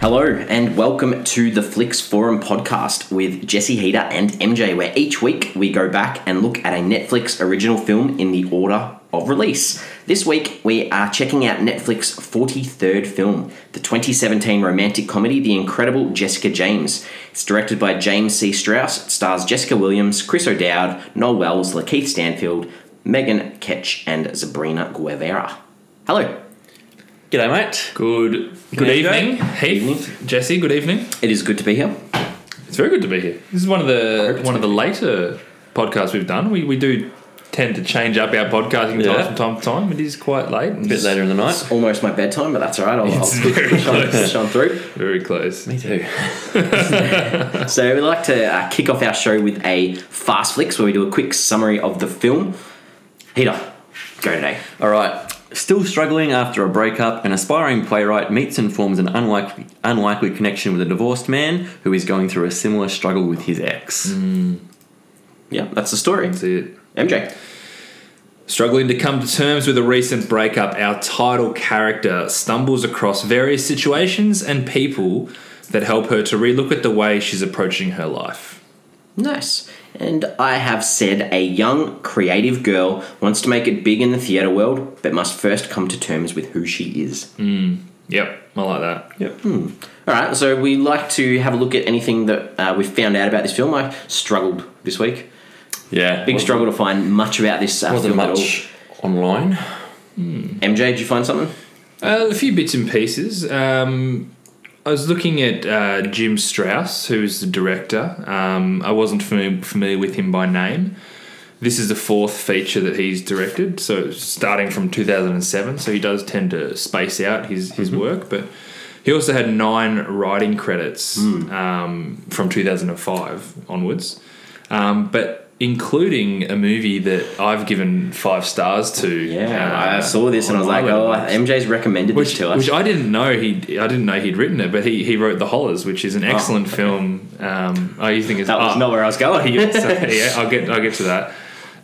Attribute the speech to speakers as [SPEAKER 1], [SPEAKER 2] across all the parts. [SPEAKER 1] Hello and welcome to the Flicks Forum podcast with Jesse Heater and MJ, where each week we go back and look at a Netflix original film in the order of release. This week we are checking out Netflix's 43rd film, the 2017 romantic comedy The Incredible Jessica James. It's directed by James C. Strauss, it stars Jessica Williams, Chris O'Dowd, Noel Wells, Lakeith Stanfield, Megan Ketch, and Sabrina Guevara. Hello.
[SPEAKER 2] G'day, mate.
[SPEAKER 3] Good good
[SPEAKER 2] G'day,
[SPEAKER 3] evening,
[SPEAKER 2] Jay.
[SPEAKER 3] Heath, Jesse. Good evening.
[SPEAKER 1] It is good to be here.
[SPEAKER 3] It's very good to be here. This is one of the one of the later podcasts we've done. We, we do tend to change up our podcasting
[SPEAKER 2] Yeah.
[SPEAKER 3] times from time to time. It is quite late.
[SPEAKER 2] A bit later in the night.
[SPEAKER 1] It's almost my bedtime, but that's all right. I'll, I'll
[SPEAKER 3] It's very
[SPEAKER 1] shine,
[SPEAKER 3] close.
[SPEAKER 1] shine through.
[SPEAKER 3] Very close.
[SPEAKER 2] Me too.
[SPEAKER 1] So we like to uh, kick off our show with a fast flicks where we do a quick summary of the film. Heater, go today.
[SPEAKER 2] All right. Still struggling after a breakup, an aspiring playwright meets and forms an unlikely, unlikely connection with a divorced man who is going through a similar struggle with his ex.
[SPEAKER 3] Mm.
[SPEAKER 1] Yeah, that's the story.
[SPEAKER 3] That's it.
[SPEAKER 1] MJ.
[SPEAKER 3] Struggling to come to terms with a recent breakup, our title character stumbles across various situations and people that help her to relook at the way she's approaching her life.
[SPEAKER 1] Nice. And I have said a young, creative girl wants to make it big in the theatre world, but must first come to terms with who she is.
[SPEAKER 3] Yep, I like that.
[SPEAKER 2] Yep.
[SPEAKER 1] All right, so we like to have a look at anything that uh, we've found out about this film. I struggled this week.
[SPEAKER 2] Yeah.
[SPEAKER 1] Big struggle to find much about this uh,
[SPEAKER 2] Wasn't
[SPEAKER 1] film at all.
[SPEAKER 2] much online.
[SPEAKER 1] MJ, did you find something?
[SPEAKER 3] Uh, a few bits and pieces. Um, I was looking at uh, Jim Strauss, who's the director. Um, I wasn't familiar, familiar with him by name. This is the fourth feature that he's directed, so starting from 2007. So he does tend to space out his, his
[SPEAKER 1] Mm-hmm.
[SPEAKER 3] work, but he also had nine writing credits
[SPEAKER 1] Hmm.
[SPEAKER 3] um, from 2005 onwards, um, but including a movie that I've given five stars to.
[SPEAKER 1] Yeah,
[SPEAKER 3] uh,
[SPEAKER 1] I saw this and I was like,
[SPEAKER 3] on
[SPEAKER 1] oh,
[SPEAKER 3] Letterboxd
[SPEAKER 1] MJ's recommended
[SPEAKER 3] which,
[SPEAKER 1] this to us.
[SPEAKER 3] which I didn't know he I didn't know he'd written it, but he, he wrote The Hollers, which is an excellent film. Um, I think it's
[SPEAKER 1] Oh, that was
[SPEAKER 3] ah,
[SPEAKER 1] not where I was going.
[SPEAKER 3] so, yeah, I'll get I'll get to that.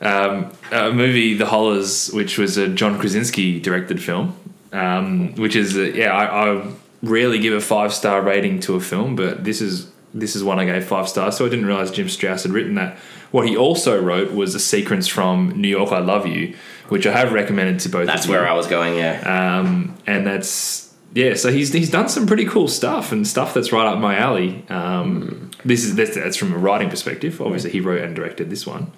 [SPEAKER 3] Um, a movie The Hollers, which was a John Krasinski directed film, um, which is a, yeah I, I rarely give a five star rating to a film, but this is this is one I gave five stars. So I didn't realize Jim Strauss had written that. What he also wrote was a sequence from New York I Love You, which I have recommended to both.
[SPEAKER 1] That's
[SPEAKER 3] of you.
[SPEAKER 1] where I was going. Yeah,
[SPEAKER 3] Um, and that's yeah. So he's he's done some pretty cool stuff and stuff that's right up my alley. Um, This is that's, that's from a writing perspective. Obviously, he wrote and directed this one.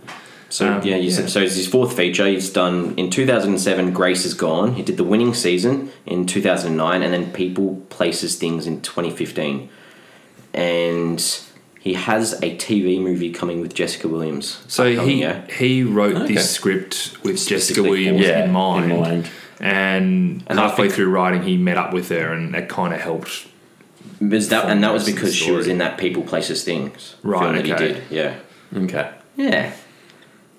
[SPEAKER 1] so
[SPEAKER 3] um,
[SPEAKER 1] yeah, you said
[SPEAKER 3] yeah.
[SPEAKER 1] so. It's his fourth feature. He's done in 2007. Grace is gone. He did the winning season in 2009, and then People, Places, Things in 2015. And he has a TV movie coming with Jessica Williams.
[SPEAKER 3] So
[SPEAKER 1] upcoming,
[SPEAKER 3] he
[SPEAKER 1] Oh, yeah.
[SPEAKER 3] he wrote
[SPEAKER 2] Okay.
[SPEAKER 3] this script with Jessica
[SPEAKER 1] for-
[SPEAKER 3] Williams
[SPEAKER 2] Yeah,
[SPEAKER 3] in, mind,
[SPEAKER 2] in mind.
[SPEAKER 3] and,
[SPEAKER 1] And I
[SPEAKER 3] halfway
[SPEAKER 1] think-
[SPEAKER 3] through writing, he met up with her, and that kind of helped.
[SPEAKER 1] was that, and that was because she was
[SPEAKER 3] Story.
[SPEAKER 1] in that People, Places, Things
[SPEAKER 3] Right,
[SPEAKER 1] film that
[SPEAKER 3] okay.
[SPEAKER 1] he did. Yeah.
[SPEAKER 2] Okay.
[SPEAKER 1] Yeah.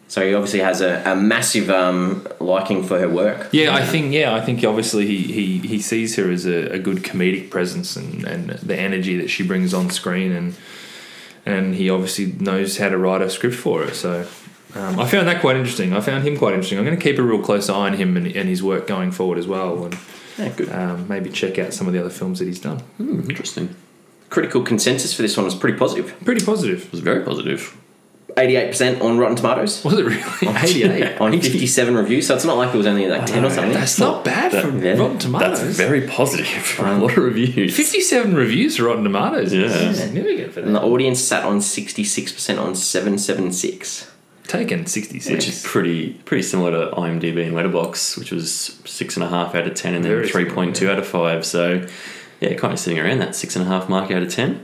[SPEAKER 1] So he obviously has a, a massive um, liking for her work.
[SPEAKER 3] Yeah, I think yeah, I think obviously he, he, he sees her as a, a good comedic presence and, and the energy that she brings on screen and and he obviously knows how to write a script for her. So um, I found that quite interesting. I found him quite interesting. I'm going to keep a real close eye on him and, and his work going forward as well, and
[SPEAKER 1] Yeah, good.
[SPEAKER 3] um, maybe check out some of the other films that he's done.
[SPEAKER 2] Hmm, interesting.
[SPEAKER 1] Critical consensus for this one was pretty positive.
[SPEAKER 3] Pretty positive.
[SPEAKER 2] It was very positive.
[SPEAKER 1] 88% on Rotten Tomatoes.
[SPEAKER 3] Was it really?
[SPEAKER 1] 88 on 57 reviews, so it's not like it was only like 10 or something.
[SPEAKER 3] That's not bad for
[SPEAKER 1] Yeah.
[SPEAKER 3] Rotten Tomatoes. Um,
[SPEAKER 2] That's very positive. a lot of reviews.
[SPEAKER 3] 57 reviews for Rotten Tomatoes.
[SPEAKER 2] Yeah.
[SPEAKER 3] It's significant for
[SPEAKER 1] and the
[SPEAKER 3] that.
[SPEAKER 1] audience sat on 66% on 776.
[SPEAKER 3] Taken 66.
[SPEAKER 2] Which is pretty pretty similar to IMDb and Letterbox, which was six and a half out of ten, and then
[SPEAKER 3] Very
[SPEAKER 2] three
[SPEAKER 3] similar,
[SPEAKER 2] point two out of five. So, yeah, kind of sitting around that six and a half mark out of ten.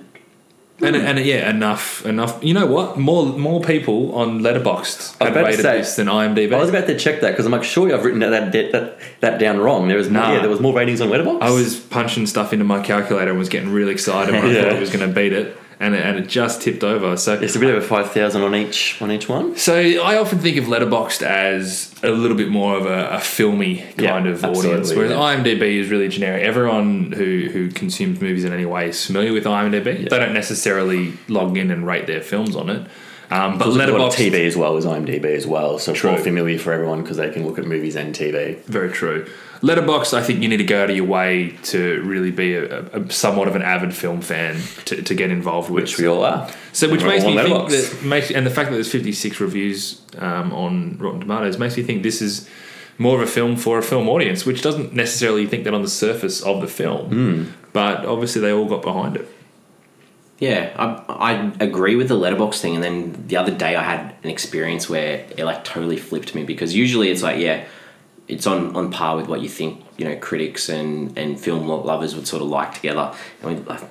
[SPEAKER 3] And, and yeah, enough, enough. You know what? More more people on Letterboxd
[SPEAKER 2] I was
[SPEAKER 3] have
[SPEAKER 2] about to
[SPEAKER 3] rated
[SPEAKER 2] say-
[SPEAKER 3] this than IMDb.
[SPEAKER 2] I was about to check that because I'm like, surely I've written that that, that, that down wrong. There was more,
[SPEAKER 3] Nah.
[SPEAKER 2] yeah, there was more ratings on Letterbox.
[SPEAKER 3] punching stuff into my calculator and was getting really excited when I
[SPEAKER 2] Yeah.
[SPEAKER 3] thought it was going to beat it, and it, and it just tipped over. So
[SPEAKER 2] It's a bit of a five thousand on each on each one.
[SPEAKER 3] So I often think of Letterboxd as a little bit more of a, a filmy
[SPEAKER 2] Yeah,
[SPEAKER 3] kind of
[SPEAKER 2] absolutely,
[SPEAKER 3] audience, whereas
[SPEAKER 2] yeah.
[SPEAKER 3] IMDb is really generic. Everyone who who consumes movies in any way is familiar with IMDb. They don't necessarily log in and rate their films on it. Um, but
[SPEAKER 2] But
[SPEAKER 3] Letterboxd
[SPEAKER 2] TV as well as IMDb as well, so it's more
[SPEAKER 3] True.
[SPEAKER 2] familiar for everyone because they can look at movies and TV.
[SPEAKER 3] Very true. Letterbox, I think you need to go out of your way to really be a, a, somewhat of an avid film fan to, to get involved with.
[SPEAKER 2] Which we all are.
[SPEAKER 3] so, which
[SPEAKER 2] We're
[SPEAKER 3] makes
[SPEAKER 2] all
[SPEAKER 3] me
[SPEAKER 2] on
[SPEAKER 3] think
[SPEAKER 2] Letterboxd.
[SPEAKER 3] that makes, and the fact that there's 56 reviews um, on Rotten Tomatoes makes me think this is more of a film for a film audience, which doesn't necessarily think that on the surface of the film,
[SPEAKER 2] Hmm.
[SPEAKER 3] but obviously they all got behind it.
[SPEAKER 1] Yeah, I, I agree with the letterbox thing. And then the other day, I had an experience where it like totally flipped me because usually it's like, yeah, it's on, on par with what you think, you know, critics and, and film lo- lovers would sort of like together. And we, like,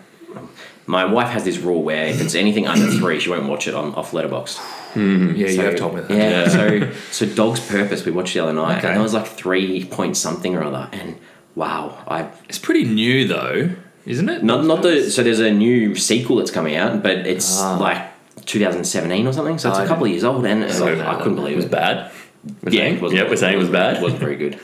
[SPEAKER 1] my wife has this rule where if it's anything under three, she won't watch it on off letterbox.
[SPEAKER 2] Hmm.
[SPEAKER 3] Yeah, you
[SPEAKER 1] So-
[SPEAKER 3] have told me that.
[SPEAKER 1] Yeah. so so Dog's Purpose we watched the other night,
[SPEAKER 3] Okay.
[SPEAKER 1] and that was like three point something or other, and wow, I
[SPEAKER 3] It's pretty new though, isn't it?
[SPEAKER 1] not not the so there's a new sequel that's coming out, but it's
[SPEAKER 2] Ah.
[SPEAKER 1] like 2017 or something, so it's a couple of years old, and it's like, I couldn't believe
[SPEAKER 2] uh, was
[SPEAKER 1] it.
[SPEAKER 2] bad. We're
[SPEAKER 1] Yeah,
[SPEAKER 2] saying?
[SPEAKER 1] it wasn't
[SPEAKER 2] yeah, we're saying it was bad.
[SPEAKER 1] It wasn't very good.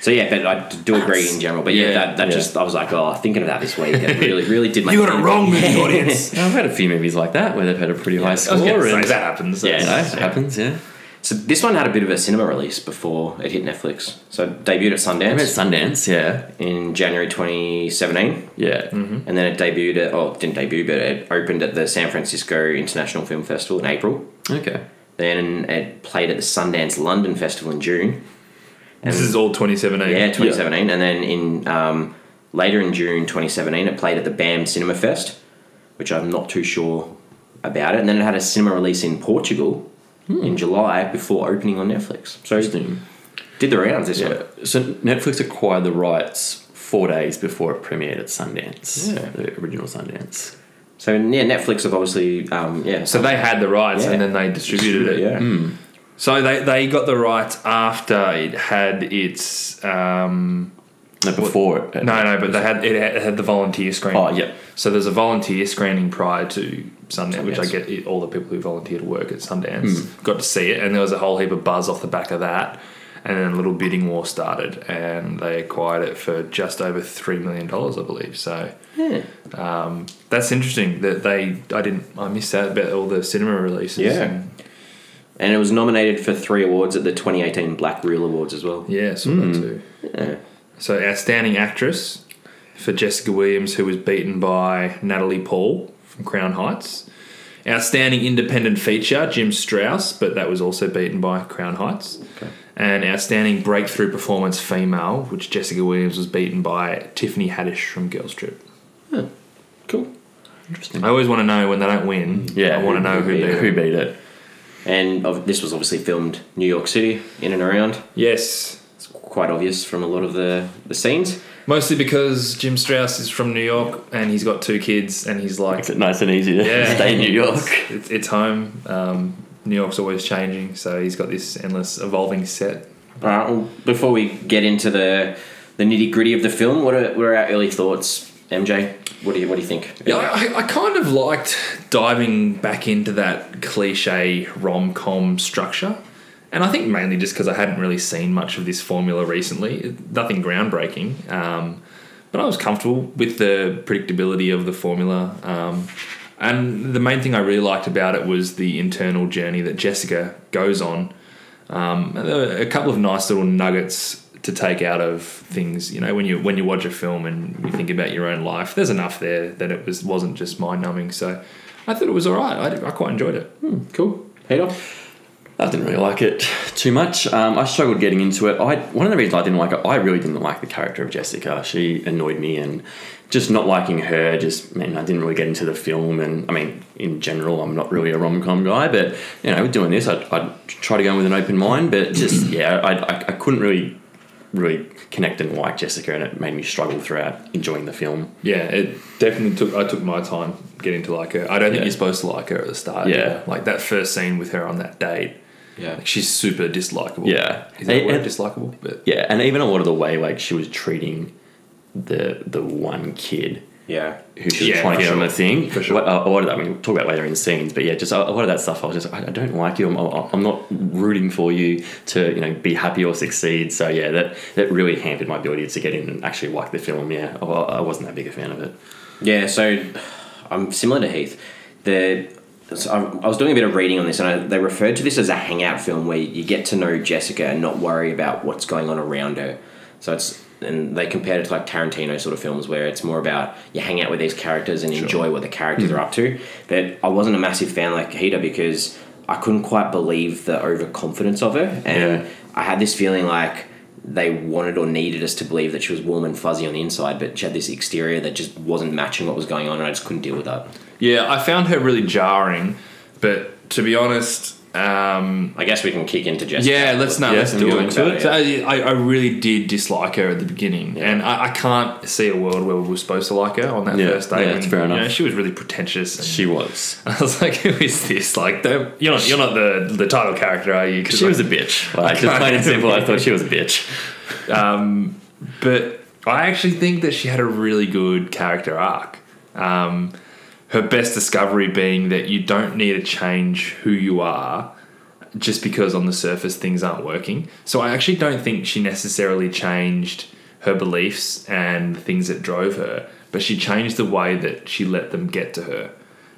[SPEAKER 1] So yeah, but I do agree in general. But yeah,
[SPEAKER 3] Yeah,
[SPEAKER 1] that, that
[SPEAKER 2] yeah.
[SPEAKER 1] just I was like, oh, thinking of that this week, it really, really did. Make
[SPEAKER 3] you got
[SPEAKER 1] me-
[SPEAKER 3] it wrong, movie audience.
[SPEAKER 2] I've had a few movies like that where they've had a pretty high
[SPEAKER 3] I
[SPEAKER 2] score.
[SPEAKER 3] was gonna say,
[SPEAKER 2] and-
[SPEAKER 3] that happens.
[SPEAKER 1] Yeah,
[SPEAKER 2] You
[SPEAKER 3] That's-
[SPEAKER 2] know,
[SPEAKER 1] Yeah.
[SPEAKER 2] it happens, yeah.
[SPEAKER 1] So this one had a bit of a cinema release before it hit Netflix. So it debuted at
[SPEAKER 2] I mean,
[SPEAKER 1] Sundance
[SPEAKER 2] Sundance, yeah. Mm-hmm.
[SPEAKER 1] in January 2017.
[SPEAKER 2] Yeah.
[SPEAKER 1] And then it debuted at, oh, it didn't debut, but it opened at the San Francisco International Film Festival in April.
[SPEAKER 2] Okay.
[SPEAKER 1] Then it played at the Sundance London Festival in June.
[SPEAKER 3] This is all 2017.
[SPEAKER 1] Yeah, 2017. And then in um, later in June 2017, it played at the BAM Cinema Fest, which I'm not too sure about it. And then it had a cinema release in Portugal in July before opening on Netflix. So it
[SPEAKER 2] Interesting.
[SPEAKER 1] did the rounds this
[SPEAKER 2] Yeah.
[SPEAKER 1] one.
[SPEAKER 2] So Netflix acquired the rights four days before it premiered at Sundance.
[SPEAKER 1] Yeah.
[SPEAKER 2] The original Sundance.
[SPEAKER 1] So yeah, Netflix have obviously um, yeah.
[SPEAKER 3] So they had the rights and
[SPEAKER 1] Yeah.
[SPEAKER 3] then they distributed it.
[SPEAKER 1] yeah.
[SPEAKER 3] So they, they got the rights after it had its um,
[SPEAKER 2] No, before it.
[SPEAKER 3] no no, but they had it had, it had the volunteer screening.
[SPEAKER 2] Oh, yeah.
[SPEAKER 3] So there's a volunteer screening prior to Sundance, which I
[SPEAKER 1] Sundance. Hmm.
[SPEAKER 3] get it, all the people who volunteered work at Sundance got to see it, and there was a whole heap of buzz off the back of that. And then a little bidding war started, and they acquired it for just over three million dollars, I believe. So
[SPEAKER 1] Yeah.
[SPEAKER 3] um, that's interesting that they I didn't I missed out about all the cinema releases.
[SPEAKER 1] Yeah.
[SPEAKER 3] and-
[SPEAKER 1] And it was nominated for three awards at the 2018 Black Reel Awards as well.
[SPEAKER 3] Yeah, I saw
[SPEAKER 2] Hmm.
[SPEAKER 3] that too.
[SPEAKER 1] Yeah.
[SPEAKER 3] So outstanding actress for Jessica Williams, who was beaten by Natalie Paul from Crown Heights. Outstanding independent feature, Jim Strauss, but that was also beaten by Crown Heights. And outstanding breakthrough performance, female, which Jessica Williams was beaten by Tiffany Haddish from Girls Trip.
[SPEAKER 1] Cool.
[SPEAKER 2] Interesting.
[SPEAKER 3] I always want to know when they don't win.
[SPEAKER 2] Hmm. Yeah.
[SPEAKER 3] I want to know who beat
[SPEAKER 2] Who
[SPEAKER 3] them.
[SPEAKER 2] beat it?
[SPEAKER 1] And of, this was obviously filmed New York City, in and around.
[SPEAKER 3] Yes,
[SPEAKER 1] It's quite obvious from a lot of the, the scenes.
[SPEAKER 3] mostly because Jim Strauss is from New York and he's got two kids, and he's like
[SPEAKER 2] Makes it nice and easy to
[SPEAKER 3] Yeah.
[SPEAKER 2] stay in New York.
[SPEAKER 3] It's, it's home. Um, New York's always changing, so he's got this endless evolving set.
[SPEAKER 1] All right. Well, before we get into the the nitty gritty of the film, what are, what are our early thoughts, MJ? What do you what do you think?
[SPEAKER 3] Yeah, I, I kind of liked diving back into that cliche rom com structure. And I think mainly just because I hadn't really seen much of this formula recently, It- nothing groundbreaking. Um, but I was comfortable with the predictability of the formula. Um, and the main thing I really liked about it was the internal journey that Jessica goes on. Um, and there were a couple of nice little nuggets to take out of things. You know, when you when you watch a film and you think about your own life, there's enough there that it was wasn't just mind numbing. So I thought it was all right. I, did- I quite enjoyed it.
[SPEAKER 1] Cool. Peter.
[SPEAKER 2] I didn't really like it too much. Um, I struggled getting into it. I one of the reasons I didn't like it, I really didn't like the character of Jessica. She annoyed me, and just not liking her just meant I didn't really get into the film. And I mean, in general, I'm not really a rom com guy, but you know, doing this, I'd, I'd try to go in with an open mind. But just yeah, I, I, I couldn't really really connect and like Jessica, and it made me struggle throughout enjoying the film.
[SPEAKER 3] Yeah, it definitely took. I took my time getting to like her. I don't think
[SPEAKER 2] Yeah.
[SPEAKER 3] you're supposed to like her at the start.
[SPEAKER 2] Yeah.
[SPEAKER 3] like that first scene with her on that date.
[SPEAKER 1] Yeah.
[SPEAKER 3] Like she's super dislikable.
[SPEAKER 2] Yeah.
[SPEAKER 3] is that a
[SPEAKER 2] And-
[SPEAKER 3] word
[SPEAKER 2] and-
[SPEAKER 3] dislikable? But
[SPEAKER 2] Yeah, and even a lot of the way like she was treating the the one kid
[SPEAKER 1] Yeah.
[SPEAKER 2] who she was
[SPEAKER 3] Yeah,
[SPEAKER 2] trying to
[SPEAKER 3] for
[SPEAKER 2] get on
[SPEAKER 3] sure.
[SPEAKER 2] the thing.
[SPEAKER 3] For sure.
[SPEAKER 2] What- uh, A lot of that, I mean, we'll talk about it later in scenes, but yeah, just a a lot of that stuff. I was just, I I don't like you. I'm, I'm I'm not rooting for you to, you know, be happy or succeed. So yeah, that that really hampered my ability to get in and actually like the film. Yeah, I, I wasn't that big a fan of it.
[SPEAKER 1] um, Yeah. So I'm similar to Heath. The so I, I was doing a bit of reading on this, and I, they referred to this as a hangout film where you get to know Jessica and not worry about what's going on around her. So it's and they compared it to like Tarantino sort of films where it's more about you hang out with these characters and enjoy what the characters are up to. But I wasn't a massive fan like Hida because I couldn't quite believe the overconfidence of her, and
[SPEAKER 2] Yeah.
[SPEAKER 1] I had this feeling like they wanted or needed us to believe that she was warm and fuzzy on the inside, but she had this exterior that just wasn't matching what was going on, and I just couldn't deal with that.
[SPEAKER 3] Yeah, I found her really jarring, but to be honest, um,
[SPEAKER 1] I guess we can kick into Jessica.
[SPEAKER 3] yeah, let's not
[SPEAKER 2] Yeah,
[SPEAKER 3] let's
[SPEAKER 2] and
[SPEAKER 3] do
[SPEAKER 2] go
[SPEAKER 3] it. Uh,
[SPEAKER 1] into it,
[SPEAKER 3] So I, I really did dislike her at the beginning, and I, I can't see a world where we were supposed to like her on that
[SPEAKER 2] Yeah,
[SPEAKER 3] first day.
[SPEAKER 2] yeah, that's
[SPEAKER 3] when,
[SPEAKER 2] fair
[SPEAKER 3] you know,
[SPEAKER 2] enough.
[SPEAKER 3] she was really pretentious. and-
[SPEAKER 2] She was.
[SPEAKER 3] I was like, who is this? Like, don't- you're not you're not the the title character, are you? 'Cause,
[SPEAKER 2] She
[SPEAKER 3] like,
[SPEAKER 2] was a bitch. Like, just plain and simple, I thought she was a bitch.
[SPEAKER 3] but I actually think that she had a really good character arc. Um, her best discovery being that you don't need to change who you are just because on the surface things aren't working. So I actually don't think she necessarily changed her beliefs and the things that drove her, but she changed the way that she let them get to her.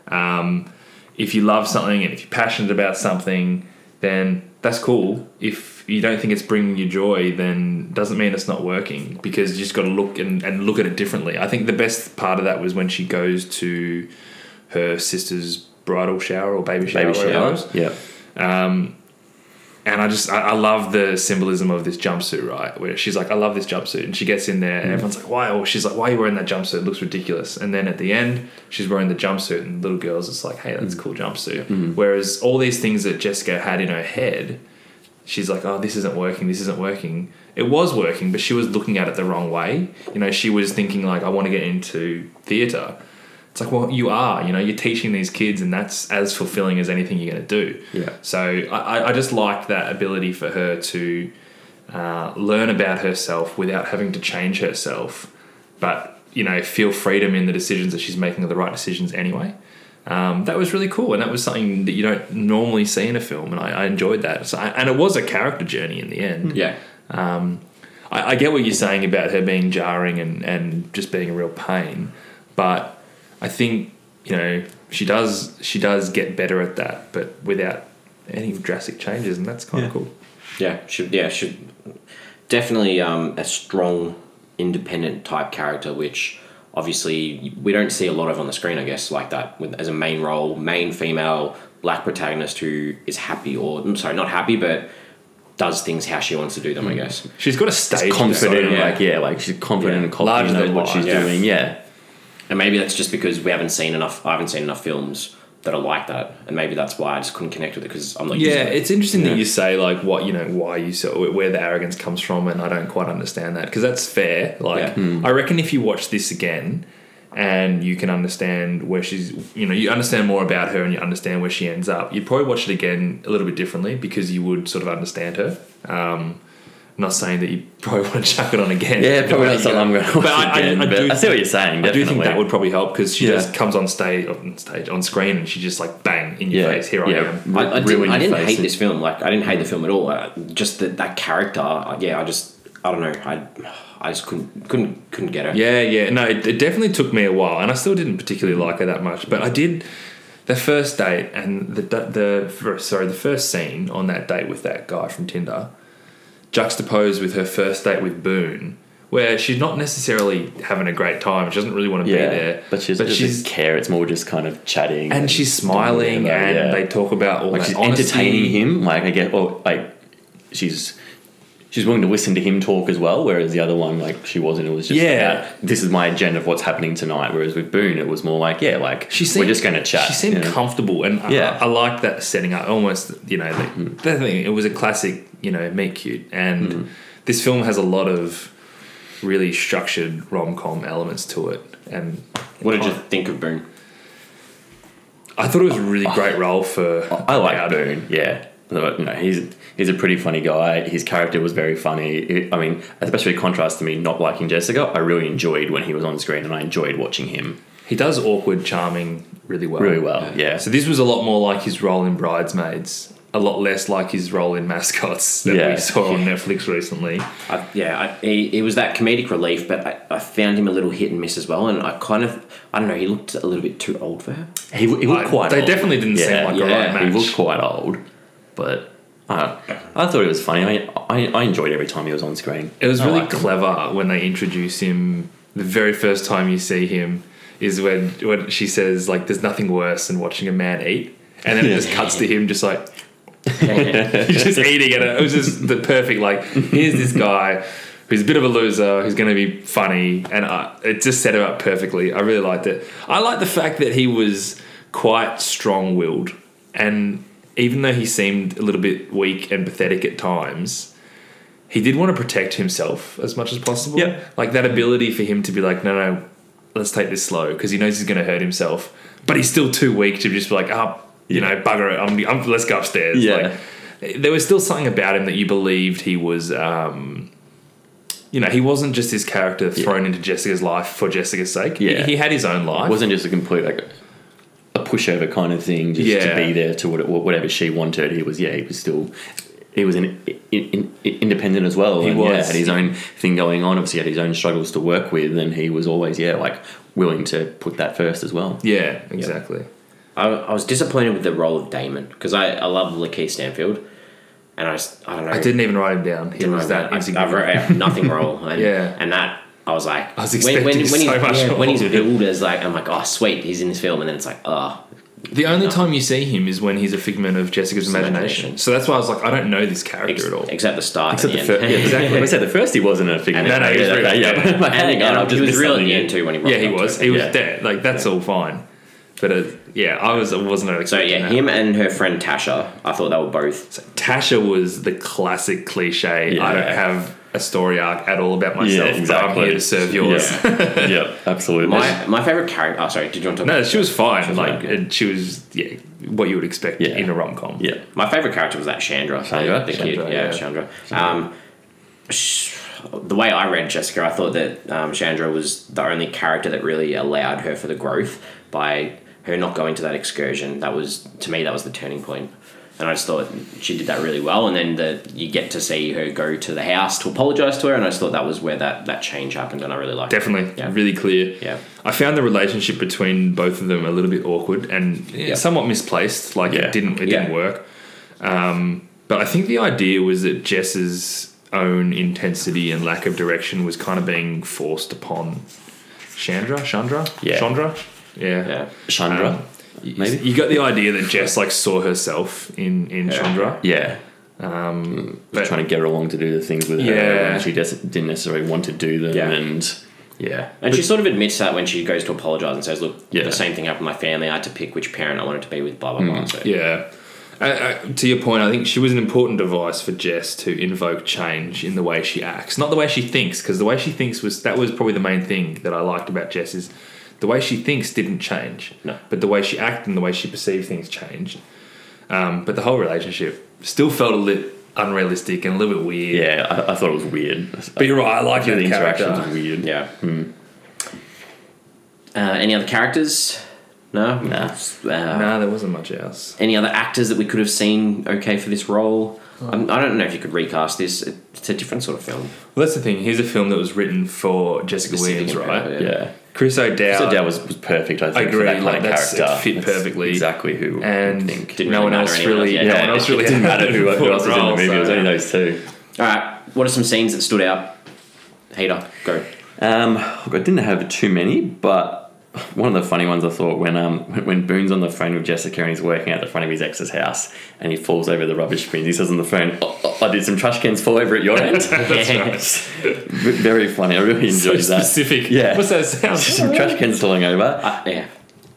[SPEAKER 3] Um, if you love something and if you're passionate about something, then that's cool. If you don't think it's bringing you joy, then doesn't mean it's not working because you just got to look and, and look at it differently. I think the best part of that was when she goes to her sister's bridal shower or baby shower,
[SPEAKER 2] Baby
[SPEAKER 3] whatever it
[SPEAKER 2] shower.
[SPEAKER 3] was.
[SPEAKER 2] Yeah.
[SPEAKER 3] And I just, I, I love the symbolism of this jumpsuit, right? Where she's like, I love this jumpsuit. And she gets in there and everyone's like, why? Or she's like, why are you wearing that jumpsuit? It looks ridiculous. And then at the end, she's wearing the jumpsuit and the little girl's just like, hey, that's a cool jumpsuit. Whereas all these things that Jessica had in her head, she's like, oh, this isn't working, this isn't working. It was working, but she was looking at it the wrong way. You know, she was thinking like, I want to get into theatre. It's like, well, you are, you know, you're teaching these kids, and that's as fulfilling as anything you're going to do.
[SPEAKER 2] Yeah.
[SPEAKER 3] So I, I- I just liked that ability for her to uh, learn about herself without having to change herself, but, you know, feel freedom in the decisions that she's making are the right decisions anyway. Um, that was really cool, and that was something that you don't normally see in a film, and I, I enjoyed that. So, and it was a character journey in the end.
[SPEAKER 2] Hmm.
[SPEAKER 1] Yeah.
[SPEAKER 3] Um, I, I get what you're saying about her being jarring and, and just being a real pain, but I think you know she does she does get better at that, but without any drastic changes, and that's kind
[SPEAKER 2] Yeah.
[SPEAKER 3] of cool.
[SPEAKER 1] Yeah, should yeah should definitely um, a strong independent type character, which obviously we don't see a lot of on the screen. I guess like that with, as a main role, main female black protagonist who is happy or I'm sorry, not happy, but does things how she wants to do
[SPEAKER 3] Hmm.
[SPEAKER 1] them. I guess.
[SPEAKER 3] She's got a stage
[SPEAKER 2] Confident,
[SPEAKER 3] persona.
[SPEAKER 1] yeah.
[SPEAKER 2] like, yeah, like she's confident
[SPEAKER 1] Yeah.
[SPEAKER 2] and confident
[SPEAKER 3] Larger
[SPEAKER 2] in
[SPEAKER 3] than
[SPEAKER 2] what
[SPEAKER 3] life.
[SPEAKER 2] she's
[SPEAKER 1] Yeah.
[SPEAKER 2] doing. Yeah.
[SPEAKER 1] And maybe that's just because we haven't seen enough. I haven't seen enough films that are like that, and maybe that's why I just couldn't connect with it because I'm not. used
[SPEAKER 3] Yeah,
[SPEAKER 1] to it.
[SPEAKER 3] it's interesting
[SPEAKER 2] Yeah.
[SPEAKER 3] that you say like what you know why you so where the arrogance comes from, and I don't quite understand that because that's fair. Like
[SPEAKER 1] Yeah.
[SPEAKER 2] Hmm.
[SPEAKER 3] I reckon if you watch this again and you can understand where she's, you know, you understand more about her and you understand where she ends up, you'd probably watch it again a little bit differently because you would sort of understand her. Um, not saying that you probably want to chuck it on again.
[SPEAKER 2] Yeah, probably not
[SPEAKER 3] But, you
[SPEAKER 2] something I'm
[SPEAKER 3] know,
[SPEAKER 2] going to watch
[SPEAKER 3] But I,
[SPEAKER 2] again.
[SPEAKER 3] I, I,
[SPEAKER 2] but
[SPEAKER 3] do
[SPEAKER 2] I see what you're saying.
[SPEAKER 3] I
[SPEAKER 2] Definitely.
[SPEAKER 3] do think that would probably help because she
[SPEAKER 2] Yeah.
[SPEAKER 3] just comes on stage, on stage, on screen, and she just like bang in your
[SPEAKER 2] Yeah.
[SPEAKER 3] face. Here I
[SPEAKER 2] Yeah.
[SPEAKER 3] am.
[SPEAKER 1] I, I
[SPEAKER 2] ruin
[SPEAKER 1] didn't, I
[SPEAKER 2] your
[SPEAKER 1] didn't
[SPEAKER 2] face
[SPEAKER 1] hate
[SPEAKER 2] and-
[SPEAKER 1] this film. Like I didn't hate the
[SPEAKER 3] Mm.
[SPEAKER 1] film at all. Uh, just that that character. uh, Yeah, I just I don't know. I I just couldn't couldn't couldn't get it.
[SPEAKER 3] Yeah, yeah. No, it, it definitely took me a while, and I still didn't particularly like her that much. But I did the first date and the the fir- sorry the first scene on that date with that guy from Tinder, juxtaposed with her first date with Boone, where she's not necessarily having a great time. She doesn't really want to
[SPEAKER 2] Yeah.
[SPEAKER 3] be there,
[SPEAKER 2] But she doesn't care. It's more just kind of chatting.
[SPEAKER 3] and she's smiling,
[SPEAKER 2] Yeah.
[SPEAKER 3] and they talk about all
[SPEAKER 2] like
[SPEAKER 3] that
[SPEAKER 2] she's
[SPEAKER 3] honesty.
[SPEAKER 2] entertaining him. Like I get, or like she's she's willing to listen to him talk as well. Whereas the other one, like she wasn't. It was just
[SPEAKER 3] Yeah.
[SPEAKER 2] about, this is my agenda of what's happening tonight. Whereas with Boone, it was more like yeah, like
[SPEAKER 3] She seemed,
[SPEAKER 2] we're just going to chat.
[SPEAKER 3] She seemed
[SPEAKER 2] you know?
[SPEAKER 3] comfortable, and I-
[SPEAKER 2] Yeah. Mm.
[SPEAKER 3] I, I like that setting up. Almost, you know, the, the thing. It was a classic, you know, meet cute, and this film has a lot of really structured rom com elements to it. And
[SPEAKER 1] What did you think of Boone?
[SPEAKER 3] I thought it was a
[SPEAKER 2] Oh.
[SPEAKER 3] really great role for.
[SPEAKER 2] I like
[SPEAKER 3] Bowden.
[SPEAKER 2] Boone. Yeah. But, You know, he's he's a pretty funny guy. His character was very funny. It- I mean, especially in contrast to me not liking Jessica, I really enjoyed when he was on screen, and I enjoyed watching him
[SPEAKER 3] He does awkward, charming really well.
[SPEAKER 2] really well. Yeah,
[SPEAKER 3] So this was a lot more like his role in Bridesmaids. a lot less like his role in Mascots that
[SPEAKER 2] Yeah.
[SPEAKER 3] we saw on Netflix recently.
[SPEAKER 1] I, yeah, I, he, he was that comedic relief, but I, I found him a little hit and miss as well. And I kind of, I don't know, he looked a little bit too old for her.
[SPEAKER 2] He, he looked
[SPEAKER 3] Like,
[SPEAKER 2] quite.
[SPEAKER 3] they
[SPEAKER 2] old.
[SPEAKER 3] definitely didn't seem like a
[SPEAKER 2] yeah,
[SPEAKER 3] right
[SPEAKER 2] He
[SPEAKER 3] match.
[SPEAKER 2] looked quite old, but uh, I thought it was funny. I, I I enjoyed every time he was on screen.
[SPEAKER 3] It was
[SPEAKER 2] I
[SPEAKER 3] really
[SPEAKER 2] liked him.
[SPEAKER 3] clever when they introduce him. The very first time you see him is when when she says like, "There's nothing worse than watching a man eat," and then it just cuts to him just like he's just eating it. It was just the perfect like. Here's this guy who's a bit of a loser, who's going to be funny, and I, it just set him up perfectly. I really liked it. I like the fact that he was quite strong-willed, and even though he seemed a little bit weak and pathetic at times. He did want to protect himself as much as possible.
[SPEAKER 2] Yep.
[SPEAKER 3] Like that ability for him to be like, no, no, let's take this slow because he knows he's going to hurt himself, but he's still too weak to just be like, ah, you know, bugger it. I'm, I'm, let's go upstairs.
[SPEAKER 2] Yeah.
[SPEAKER 3] Like, there was still something about him that you believed he was, um, you know, he wasn't just this character thrown into Jessica's life for Jessica's sake. He-
[SPEAKER 2] Yeah.
[SPEAKER 3] He, had his own life.
[SPEAKER 2] It wasn't just a complete like a pushover kind of thing, just
[SPEAKER 3] Yeah.
[SPEAKER 2] to be there to what, what- whatever she wanted. He was yeah, he was still. He was an, in, in, independent as well. He and, yeah,
[SPEAKER 3] was.
[SPEAKER 2] had his own thing going on. Obviously, had his own struggles to work with, and he was always yeah, like willing to put that first as well.
[SPEAKER 3] Yeah, exactly.
[SPEAKER 1] I, I was disappointed with the role of Damon because I, I love Lakeith Stanfield, and I, just- I don't know.
[SPEAKER 3] I didn't even wrote him down. He was that
[SPEAKER 1] I, I
[SPEAKER 3] insignificant.
[SPEAKER 1] wrote out nothing role. And,
[SPEAKER 3] Yeah.
[SPEAKER 1] and that I was like,
[SPEAKER 3] I was expecting so
[SPEAKER 1] he's,
[SPEAKER 3] much more.
[SPEAKER 1] when he's billed as like, I'm like, oh sweet, he's in this film, and then it's like, oh,
[SPEAKER 3] The only time you see him is when he's a figment of Jessica's imagination.
[SPEAKER 1] Imagination.
[SPEAKER 3] So that's why I was like, I don't know this character
[SPEAKER 1] ex-
[SPEAKER 3] at all.
[SPEAKER 1] except the start,
[SPEAKER 2] Except the
[SPEAKER 1] and
[SPEAKER 2] first, yeah, exactly. I said the first he wasn't a figment.
[SPEAKER 3] No, no, he was
[SPEAKER 2] yeah,
[SPEAKER 3] really-
[SPEAKER 2] yeah.
[SPEAKER 3] yeah.
[SPEAKER 2] Like,
[SPEAKER 1] and,
[SPEAKER 2] hang on,
[SPEAKER 1] and
[SPEAKER 2] I've
[SPEAKER 1] he
[SPEAKER 2] just
[SPEAKER 1] was
[SPEAKER 2] missed
[SPEAKER 1] real at
[SPEAKER 2] something
[SPEAKER 1] the
[SPEAKER 2] here.
[SPEAKER 1] end too when he rocked
[SPEAKER 3] Yeah, he
[SPEAKER 1] up to
[SPEAKER 3] was.
[SPEAKER 1] it.
[SPEAKER 3] He was
[SPEAKER 2] Yeah.
[SPEAKER 3] there. Like that's all fine. But uh, yeah, I was. I wasn't
[SPEAKER 1] So
[SPEAKER 3] expecting
[SPEAKER 1] yeah,
[SPEAKER 3] that.
[SPEAKER 1] him and her friend Tasha, I thought they were both.
[SPEAKER 3] Tasha was the classic cliche. I don't
[SPEAKER 2] Yeah.
[SPEAKER 3] have a story arc at all about myself. But I'm here to serve yours.
[SPEAKER 2] Yeah, yeah absolutely.
[SPEAKER 1] My my favorite character. Oh, sorry, did you want to? Talk
[SPEAKER 3] No, she was fine.
[SPEAKER 1] was
[SPEAKER 3] like
[SPEAKER 1] fine, yeah.
[SPEAKER 3] and she was yeah, what you would expect
[SPEAKER 2] Yeah.
[SPEAKER 3] in a rom com.
[SPEAKER 2] yeah,
[SPEAKER 1] My favorite character was that Chandra,
[SPEAKER 2] Chandra?
[SPEAKER 1] the kid,
[SPEAKER 3] Chandra,
[SPEAKER 1] yeah,
[SPEAKER 3] yeah.
[SPEAKER 1] Chandra. Um, sh- the way I read Jessica, I thought that um, Chandra was the only character that really allowed her for the growth by her not going to that excursion. That was to me, that was the turning point. And I just thought she did that really well. And then the, you get to see her go to the house to apologize to her. And I just thought that was where that, that change happened. And I really liked
[SPEAKER 3] Definitely,
[SPEAKER 1] Yeah.
[SPEAKER 3] really clear.
[SPEAKER 1] Yeah.
[SPEAKER 3] I found the relationship between both of them a little bit awkward and eh, somewhat misplaced. Like
[SPEAKER 2] Yeah.
[SPEAKER 3] it didn't, it didn't
[SPEAKER 1] Yeah.
[SPEAKER 3] work. Um, but I think the idea was that Jess's own intensity and lack of direction was kind of being forced upon Chandra. Chandra.
[SPEAKER 2] Yeah.
[SPEAKER 3] Chandra. Yeah.
[SPEAKER 1] it. Yeah.
[SPEAKER 2] Chandra,
[SPEAKER 3] Um,
[SPEAKER 2] maybe.
[SPEAKER 3] You got the idea that Jess like saw herself in in Chandra.
[SPEAKER 2] Yeah,
[SPEAKER 3] Um,
[SPEAKER 2] was
[SPEAKER 3] but
[SPEAKER 2] trying to get her along to do the things with her,
[SPEAKER 3] Yeah.
[SPEAKER 2] and she des- didn't necessarily want to do them,
[SPEAKER 1] Yeah.
[SPEAKER 2] and yeah,
[SPEAKER 1] And she sort of admits that when she goes to apologize and says, "Look,
[SPEAKER 2] Yeah.
[SPEAKER 1] the same thing happened to my family. I had to pick which parent I wanted to be with." Blah blah blah. So,
[SPEAKER 3] Yeah. I, I, to your point, I think she was an important device for Jess to invoke change in the way she acts, not the way she thinks, because the way she thinks was that was probably the main thing that I liked about Jess is the way she thinks didn't change,
[SPEAKER 1] No.
[SPEAKER 3] but the way she acted and the way she perceived things changed. Um, but the whole relationship still felt a little unrealistic and a little bit weird.
[SPEAKER 2] yeah. I, I thought it was weird.
[SPEAKER 3] But you're right, I like
[SPEAKER 2] the
[SPEAKER 3] the
[SPEAKER 2] interactions
[SPEAKER 3] character.
[SPEAKER 2] were weird.
[SPEAKER 1] Yeah. hmm. Uh, any other characters? No.
[SPEAKER 2] Nah.
[SPEAKER 1] Uh,
[SPEAKER 3] No, there wasn't much else.
[SPEAKER 1] Any other actors that we could have seen okay for this role? Um, I don't know if you could recast this. It's a different sort of film.
[SPEAKER 3] Well, that's the thing. Here's a film that was written for Jessica
[SPEAKER 1] Specific
[SPEAKER 3] Williams,
[SPEAKER 1] and
[SPEAKER 3] right?
[SPEAKER 1] relevant,
[SPEAKER 2] yeah.
[SPEAKER 3] Chris O'Dowd.
[SPEAKER 2] So Dad was, was perfect. I think for
[SPEAKER 3] agree,
[SPEAKER 2] that kind
[SPEAKER 3] like,
[SPEAKER 2] of
[SPEAKER 3] that's-
[SPEAKER 2] character.
[SPEAKER 3] it fit
[SPEAKER 2] That's
[SPEAKER 3] perfectly.
[SPEAKER 2] Exactly who
[SPEAKER 3] and
[SPEAKER 2] I think.
[SPEAKER 1] Didn't
[SPEAKER 3] no
[SPEAKER 1] really
[SPEAKER 3] one
[SPEAKER 1] matter
[SPEAKER 3] else
[SPEAKER 1] anyone
[SPEAKER 3] really.
[SPEAKER 1] else,
[SPEAKER 3] no
[SPEAKER 1] yeah.
[SPEAKER 3] one else really
[SPEAKER 2] didn't matter who, who else was in the
[SPEAKER 3] role,
[SPEAKER 2] movie. It was
[SPEAKER 3] so-
[SPEAKER 2] only those two.
[SPEAKER 1] All right. What are some scenes that stood out? Hater, go.
[SPEAKER 2] Um, look, I didn't have too many, but one of the funny ones I thought when um when, when Boone's on the phone with Jessica and he's working out the front of his ex's house and he falls over the rubbish bins. He says on the phone, "Oh, oh, "I did some trash cans fall over at your end."
[SPEAKER 1] That's
[SPEAKER 2] V- Very funny. I really
[SPEAKER 3] So
[SPEAKER 2] enjoyed that.
[SPEAKER 3] specific.
[SPEAKER 2] Yeah.
[SPEAKER 3] What's that sound?
[SPEAKER 2] Some trash cans falling over.
[SPEAKER 1] Uh, yeah.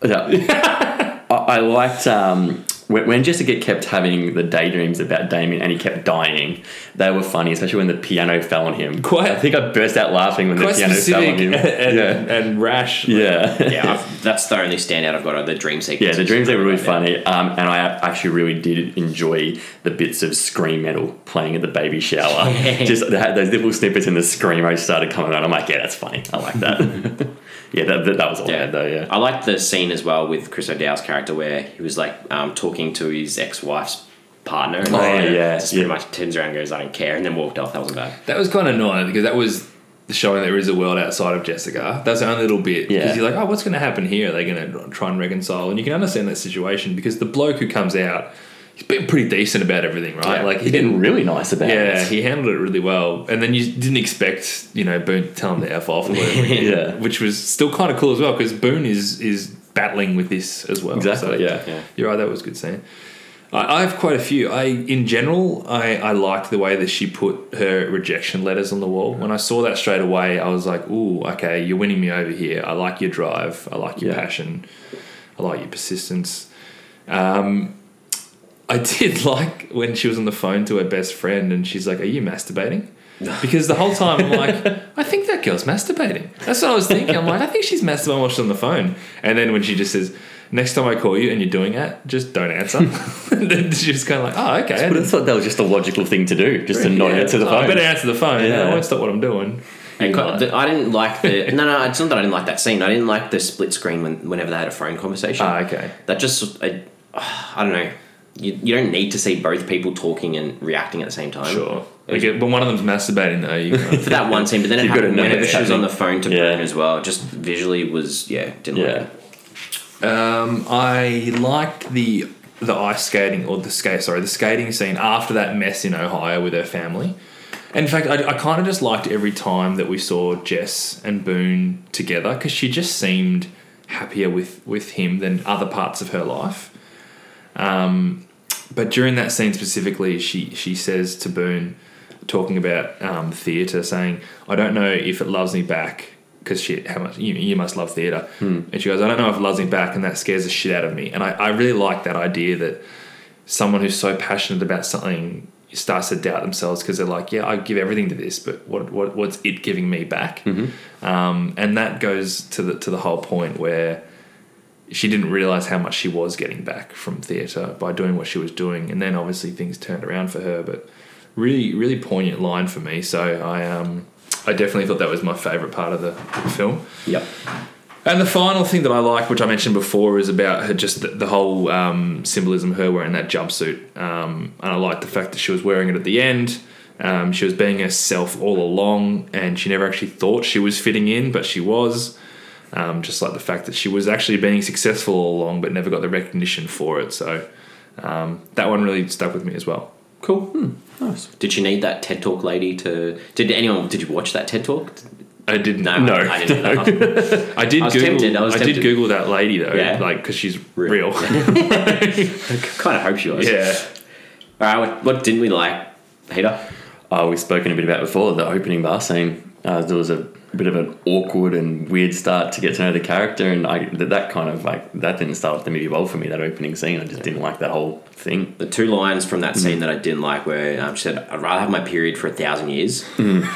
[SPEAKER 2] Yeah. I, I liked um, when, when Jessica kept having the daydreams about Damien and he kept dying. They were funny, especially when the piano fell on him.
[SPEAKER 3] Quite-
[SPEAKER 2] I think I burst out laughing when the
[SPEAKER 3] Quite
[SPEAKER 2] piano fell on
[SPEAKER 3] specific
[SPEAKER 2] him.
[SPEAKER 3] and,
[SPEAKER 2] yeah.
[SPEAKER 3] and rash.
[SPEAKER 2] Yeah.
[SPEAKER 1] Yeah. I've, that's the only standout I've got are the dream
[SPEAKER 2] Yeah,
[SPEAKER 1] sequences.
[SPEAKER 2] the dreams are really funny, um, and I actually really did enjoy the bits of scream metal playing at the baby shower. Just they had those little snippets in the scream I started coming out. I'm like, yeah, that's funny. I like that. yeah, that, that, that was all I
[SPEAKER 1] Yeah,
[SPEAKER 2] had though. Yeah,
[SPEAKER 1] I liked the scene as well with Chris O'Dowd's character where he was like um, talking to his ex-wife's partner. And
[SPEAKER 2] Oh,
[SPEAKER 1] Lena
[SPEAKER 2] yeah,
[SPEAKER 1] Just pretty
[SPEAKER 2] yeah.
[SPEAKER 1] much turns around and goes, I don't care, and then walked off. That was bad.
[SPEAKER 3] That was kind of annoying because that was showing there is a world outside of Jessica. That's the only little bit.
[SPEAKER 2] Yeah.
[SPEAKER 3] Because you're like, oh, what's going to happen here? Are they going to try and reconcile? And you can understand that situation because the bloke who comes out, he's been pretty decent about everything, right?
[SPEAKER 1] Yeah.
[SPEAKER 3] Like, he
[SPEAKER 2] He's
[SPEAKER 3] didn't.
[SPEAKER 2] been really nice about
[SPEAKER 3] Yeah,
[SPEAKER 2] it.
[SPEAKER 3] he handled it really well. And then you didn't expect, you know, Boone to tell him to F off or whatever. he did,
[SPEAKER 2] Yeah.
[SPEAKER 3] Which was still kind of cool as well because Boone is is battling with this as well.
[SPEAKER 2] Exactly,
[SPEAKER 3] So,
[SPEAKER 2] yeah.
[SPEAKER 1] Yeah.
[SPEAKER 3] You're right, that was a good scene. I, I have quite a few. I, in general, I, I liked the way that she put her rejection letters on the wall. When I saw that straight away, I was like, "Ooh, okay, you're winning me over here. I like your drive. I like your
[SPEAKER 2] Yeah.
[SPEAKER 3] passion. I like your persistence." Um, I did like when she was on the phone to her best friend, and she's like, "Are you masturbating?" Because the whole time I'm like, I think that girl's masturbating. That's what I was thinking. I'm like, I think she's masturbating while she's on the phone. And then when she just says, next time I call you and you're doing that, just don't answer. and then she's just kind of like, oh, okay.
[SPEAKER 2] But I thought that was just a logical thing to do, just to not
[SPEAKER 3] Yeah.
[SPEAKER 2] answer the
[SPEAKER 3] Oh, I
[SPEAKER 2] phone.
[SPEAKER 3] better answer the phone.
[SPEAKER 2] Yeah.
[SPEAKER 3] I won't stop what I'm doing.
[SPEAKER 1] And
[SPEAKER 2] You
[SPEAKER 1] co-
[SPEAKER 2] like-
[SPEAKER 1] the- I didn't like the no no. It's not that I didn't like that scene. I didn't like the split screen when whenever they had a phone conversation.
[SPEAKER 3] Ah, okay.
[SPEAKER 1] That just I, I don't know. You, you don't need to see both people talking and reacting at the same time.
[SPEAKER 3] Sure. Okay, but one of them's masturbating though. You know.
[SPEAKER 1] For that one scene, but then it
[SPEAKER 2] You've gotta
[SPEAKER 1] happened
[SPEAKER 2] know
[SPEAKER 1] whenever
[SPEAKER 2] what's
[SPEAKER 1] she was on the phone
[SPEAKER 2] happening.
[SPEAKER 1] to
[SPEAKER 2] Yeah.
[SPEAKER 1] Bryn as well. Just visually was yeah didn't like
[SPEAKER 2] Yeah.
[SPEAKER 1] it.
[SPEAKER 3] Um, I liked the the ice skating or the skate sorry the skating scene after that mess in Ohio with her family. And in fact, I, I kind of just liked every time that we saw Jess and Boone together because she just seemed happier with with him than other parts of her life. Um, but during that scene specifically, she she says to Boone, talking about um, theatre, saying, "I don't know if it loves me back because she how much you, you must love theatre." And she goes, "I don't know if it loves me back," and that scares the shit out of me. And I, I really like that idea that someone who's so passionate about something starts to doubt themselves because they're like, "Yeah, I give everything to this, but what, what what's it giving me back?" Um, and that goes to the to the whole point where she didn't realize how much she was getting back from theatre by doing what she was doing, and then obviously things turned around for her. But really, really poignant line for me. So I, um, I definitely thought that was my favourite part of the film.
[SPEAKER 1] Yep.
[SPEAKER 3] And the final thing that I like, which I mentioned before, is about her just the, the whole um, symbolism of her wearing that jumpsuit. Um, and I like the fact that she was wearing it at the end. Um, she was being herself all along, and she never actually thought she was fitting in, but she was. Um, just like the fact that she was actually being successful all along, but never got the recognition for it. So um, that one really stuck with me as well.
[SPEAKER 1] Cool.
[SPEAKER 2] Nice.
[SPEAKER 1] Did you need that TED Talk lady to? Did anyone? Did you watch that TED Talk?
[SPEAKER 3] I didn't.
[SPEAKER 1] No,
[SPEAKER 2] No,
[SPEAKER 1] I, I didn't. know that.
[SPEAKER 3] I did
[SPEAKER 1] I was
[SPEAKER 3] Google.
[SPEAKER 1] tempted, I
[SPEAKER 3] I,
[SPEAKER 1] was
[SPEAKER 3] did
[SPEAKER 1] tempted.
[SPEAKER 3] Google that lady though,
[SPEAKER 1] Yeah.
[SPEAKER 3] like because she's
[SPEAKER 1] Real.
[SPEAKER 3] real.
[SPEAKER 1] I kind of hope she was.
[SPEAKER 3] yeah.
[SPEAKER 1] All right. What, what didn't we like, Hater?
[SPEAKER 2] Uh, we've spoken a bit about before the opening bar scene. Uh, there was a bit of an awkward and weird start to get to know the character, and I, that, that kind of like that didn't start off the movie well for me. That opening scene, I just didn't like that whole thing.
[SPEAKER 1] The two lines from
[SPEAKER 2] Hmm.
[SPEAKER 1] that scene that I didn't like were um, she said, I'd rather have my period for a thousand years.
[SPEAKER 2] Hmm.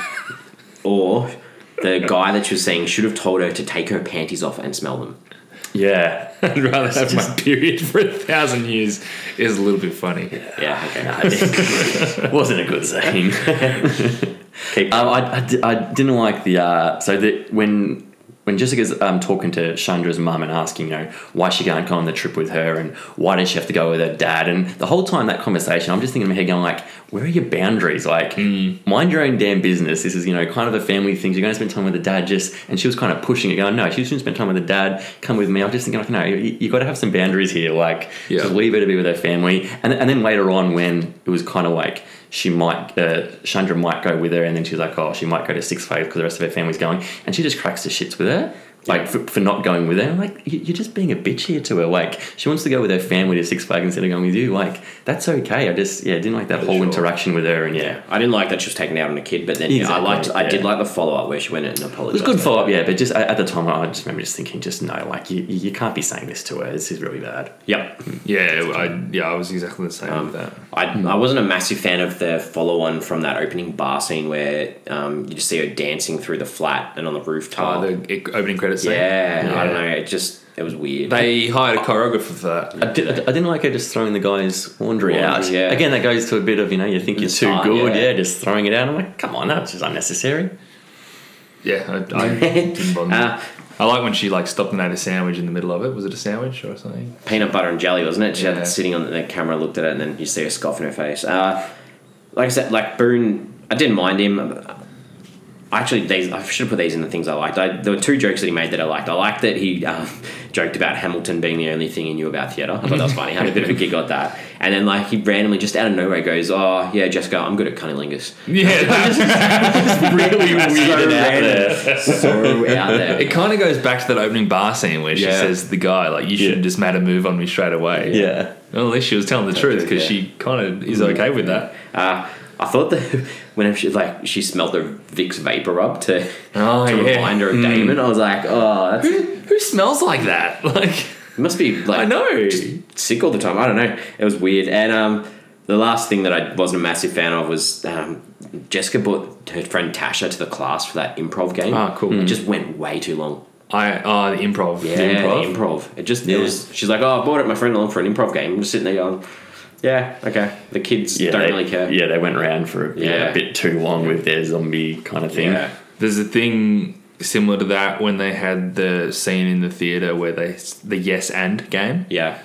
[SPEAKER 1] or the guy that she was seeing should have told her to take her panties off and smell them.
[SPEAKER 2] Yeah,
[SPEAKER 3] I'd rather have my period for a thousand years is a little bit funny.
[SPEAKER 1] Yeah, okay.
[SPEAKER 2] wasn't a good scene.
[SPEAKER 1] Keep-
[SPEAKER 2] Um, I, I, di- I didn't like the uh, so that when when Jessica's um, talking to Chandra's mum and asking, you know, why she can't go on the trip with her and why does she have to go with her dad, and the whole time that conversation, I'm just thinking in my head, going like, where are your boundaries? Like, mind your own damn business. This is you know kind of a family thing. You're going to spend time with the dad, just and she was kind of pushing it, going, no, she shouldn't spend time with the dad. Come with me. I'm just thinking like, no, you, you got to have some boundaries here. Like,
[SPEAKER 3] Yeah.
[SPEAKER 2] just leave her to be with her family, and and then later on when it was kind of like she might, uh, Chandra might go with her, and then she's like, oh, she might go to Six Flags because the rest of her family's going, and she just cracks the shits with her, like for, for not going with her. I'm like, "You- you're just being a bitch here to her. Like, she wants to go with her family to Six Flags instead of going with you. Like, that's okay. I just, yeah, didn't like that whole
[SPEAKER 3] sure.
[SPEAKER 2] interaction with her, and yeah.
[SPEAKER 1] I didn't like that she was taken out on a kid, but then yeah,
[SPEAKER 2] Exactly,
[SPEAKER 1] I liked. I did
[SPEAKER 2] yeah.
[SPEAKER 1] like the follow up where she went and
[SPEAKER 2] It was
[SPEAKER 1] apologized.
[SPEAKER 2] good follow up, yeah, but just at at the time, I just remember just thinking, just no, like you, you can't be saying this to her. This is really bad.
[SPEAKER 1] Yep.
[SPEAKER 3] Yeah, I yeah, I was exactly the same
[SPEAKER 1] Um,
[SPEAKER 3] with that.
[SPEAKER 1] I, I wasn't a massive fan of the follow on from that opening bar scene where um, you just see her dancing through the flat and on the
[SPEAKER 3] Uh,
[SPEAKER 1] rooftop.
[SPEAKER 3] the e- opening credits. scene.
[SPEAKER 1] yeah, I
[SPEAKER 2] Yeah.
[SPEAKER 1] don't know. It just it was weird.
[SPEAKER 3] They hired a choreographer for that.
[SPEAKER 2] I, did, I didn't like her just throwing the guy's laundry, out.
[SPEAKER 1] Laundry, yeah.
[SPEAKER 2] Again, that goes to a bit of you know you think you're
[SPEAKER 1] Just
[SPEAKER 2] too
[SPEAKER 1] fine,
[SPEAKER 2] good,
[SPEAKER 1] yeah.
[SPEAKER 2] yeah. just throwing it out. I'm like, come on, that's just unnecessary.
[SPEAKER 3] Yeah, I, I didn't bother.
[SPEAKER 1] Uh,
[SPEAKER 3] I like when she like stopped and ate a sandwich in the middle of it. Was it a sandwich or something?
[SPEAKER 1] peanut butter and jelly, wasn't it? She had
[SPEAKER 3] Yeah.
[SPEAKER 1] it sitting on the camera, looked at it, and then you see a scoff in her face. Uh, like I said, like Boone, I didn't mind him. Actually, these I should have put these in the things I liked. I, there were two jokes that he made that I liked. I liked that he um, joked about Hamilton being the only thing he knew about theatre. I thought that was funny. I had a bit of a giggle at that. And then, like, he randomly just out of nowhere goes, "Oh yeah, Jessica, I'm good at cunnilingus."
[SPEAKER 3] Yeah,
[SPEAKER 2] really
[SPEAKER 1] so
[SPEAKER 2] weirded out there.
[SPEAKER 1] random. so out there.
[SPEAKER 3] It kind of goes back to that opening bar scene where she
[SPEAKER 1] Yeah.
[SPEAKER 3] says to the guy, like, you should have
[SPEAKER 2] Yeah.
[SPEAKER 3] just made a move on me straight away.
[SPEAKER 2] Yeah.
[SPEAKER 3] Well, at least she was telling the truth because
[SPEAKER 1] yeah.
[SPEAKER 3] she kind of is okay with that.
[SPEAKER 1] Uh, I thought that whenever she like she smelled the Vicks vapor up to,
[SPEAKER 3] Oh,
[SPEAKER 1] to
[SPEAKER 3] yeah.
[SPEAKER 1] remind her of Damon, I was like, oh, that's, it
[SPEAKER 3] Who smells like that? Like,
[SPEAKER 1] must be like
[SPEAKER 3] I know.
[SPEAKER 1] sick all the time. I don't know. It was weird. And um, the last thing that I wasn't a massive fan of was um, Jessica brought her friend Tasha to the class for that improv game.
[SPEAKER 3] Ah, cool.
[SPEAKER 1] It just went way too long.
[SPEAKER 3] I oh, the improv.
[SPEAKER 1] Yeah,
[SPEAKER 3] the improv.
[SPEAKER 1] improv. It just it was. She's like, oh, I brought it my friend along for an improv game. I'm just sitting there going, yeah, okay. The kids
[SPEAKER 2] Yeah,
[SPEAKER 1] don't
[SPEAKER 2] they,
[SPEAKER 1] really care.
[SPEAKER 2] Yeah, they went around for a, yeah,
[SPEAKER 1] Yeah.
[SPEAKER 2] a bit too long with their zombie kind of thing.
[SPEAKER 1] Yeah.
[SPEAKER 3] There's a thing similar to that when they had the scene in the theater where they the yes and game.
[SPEAKER 1] yeah.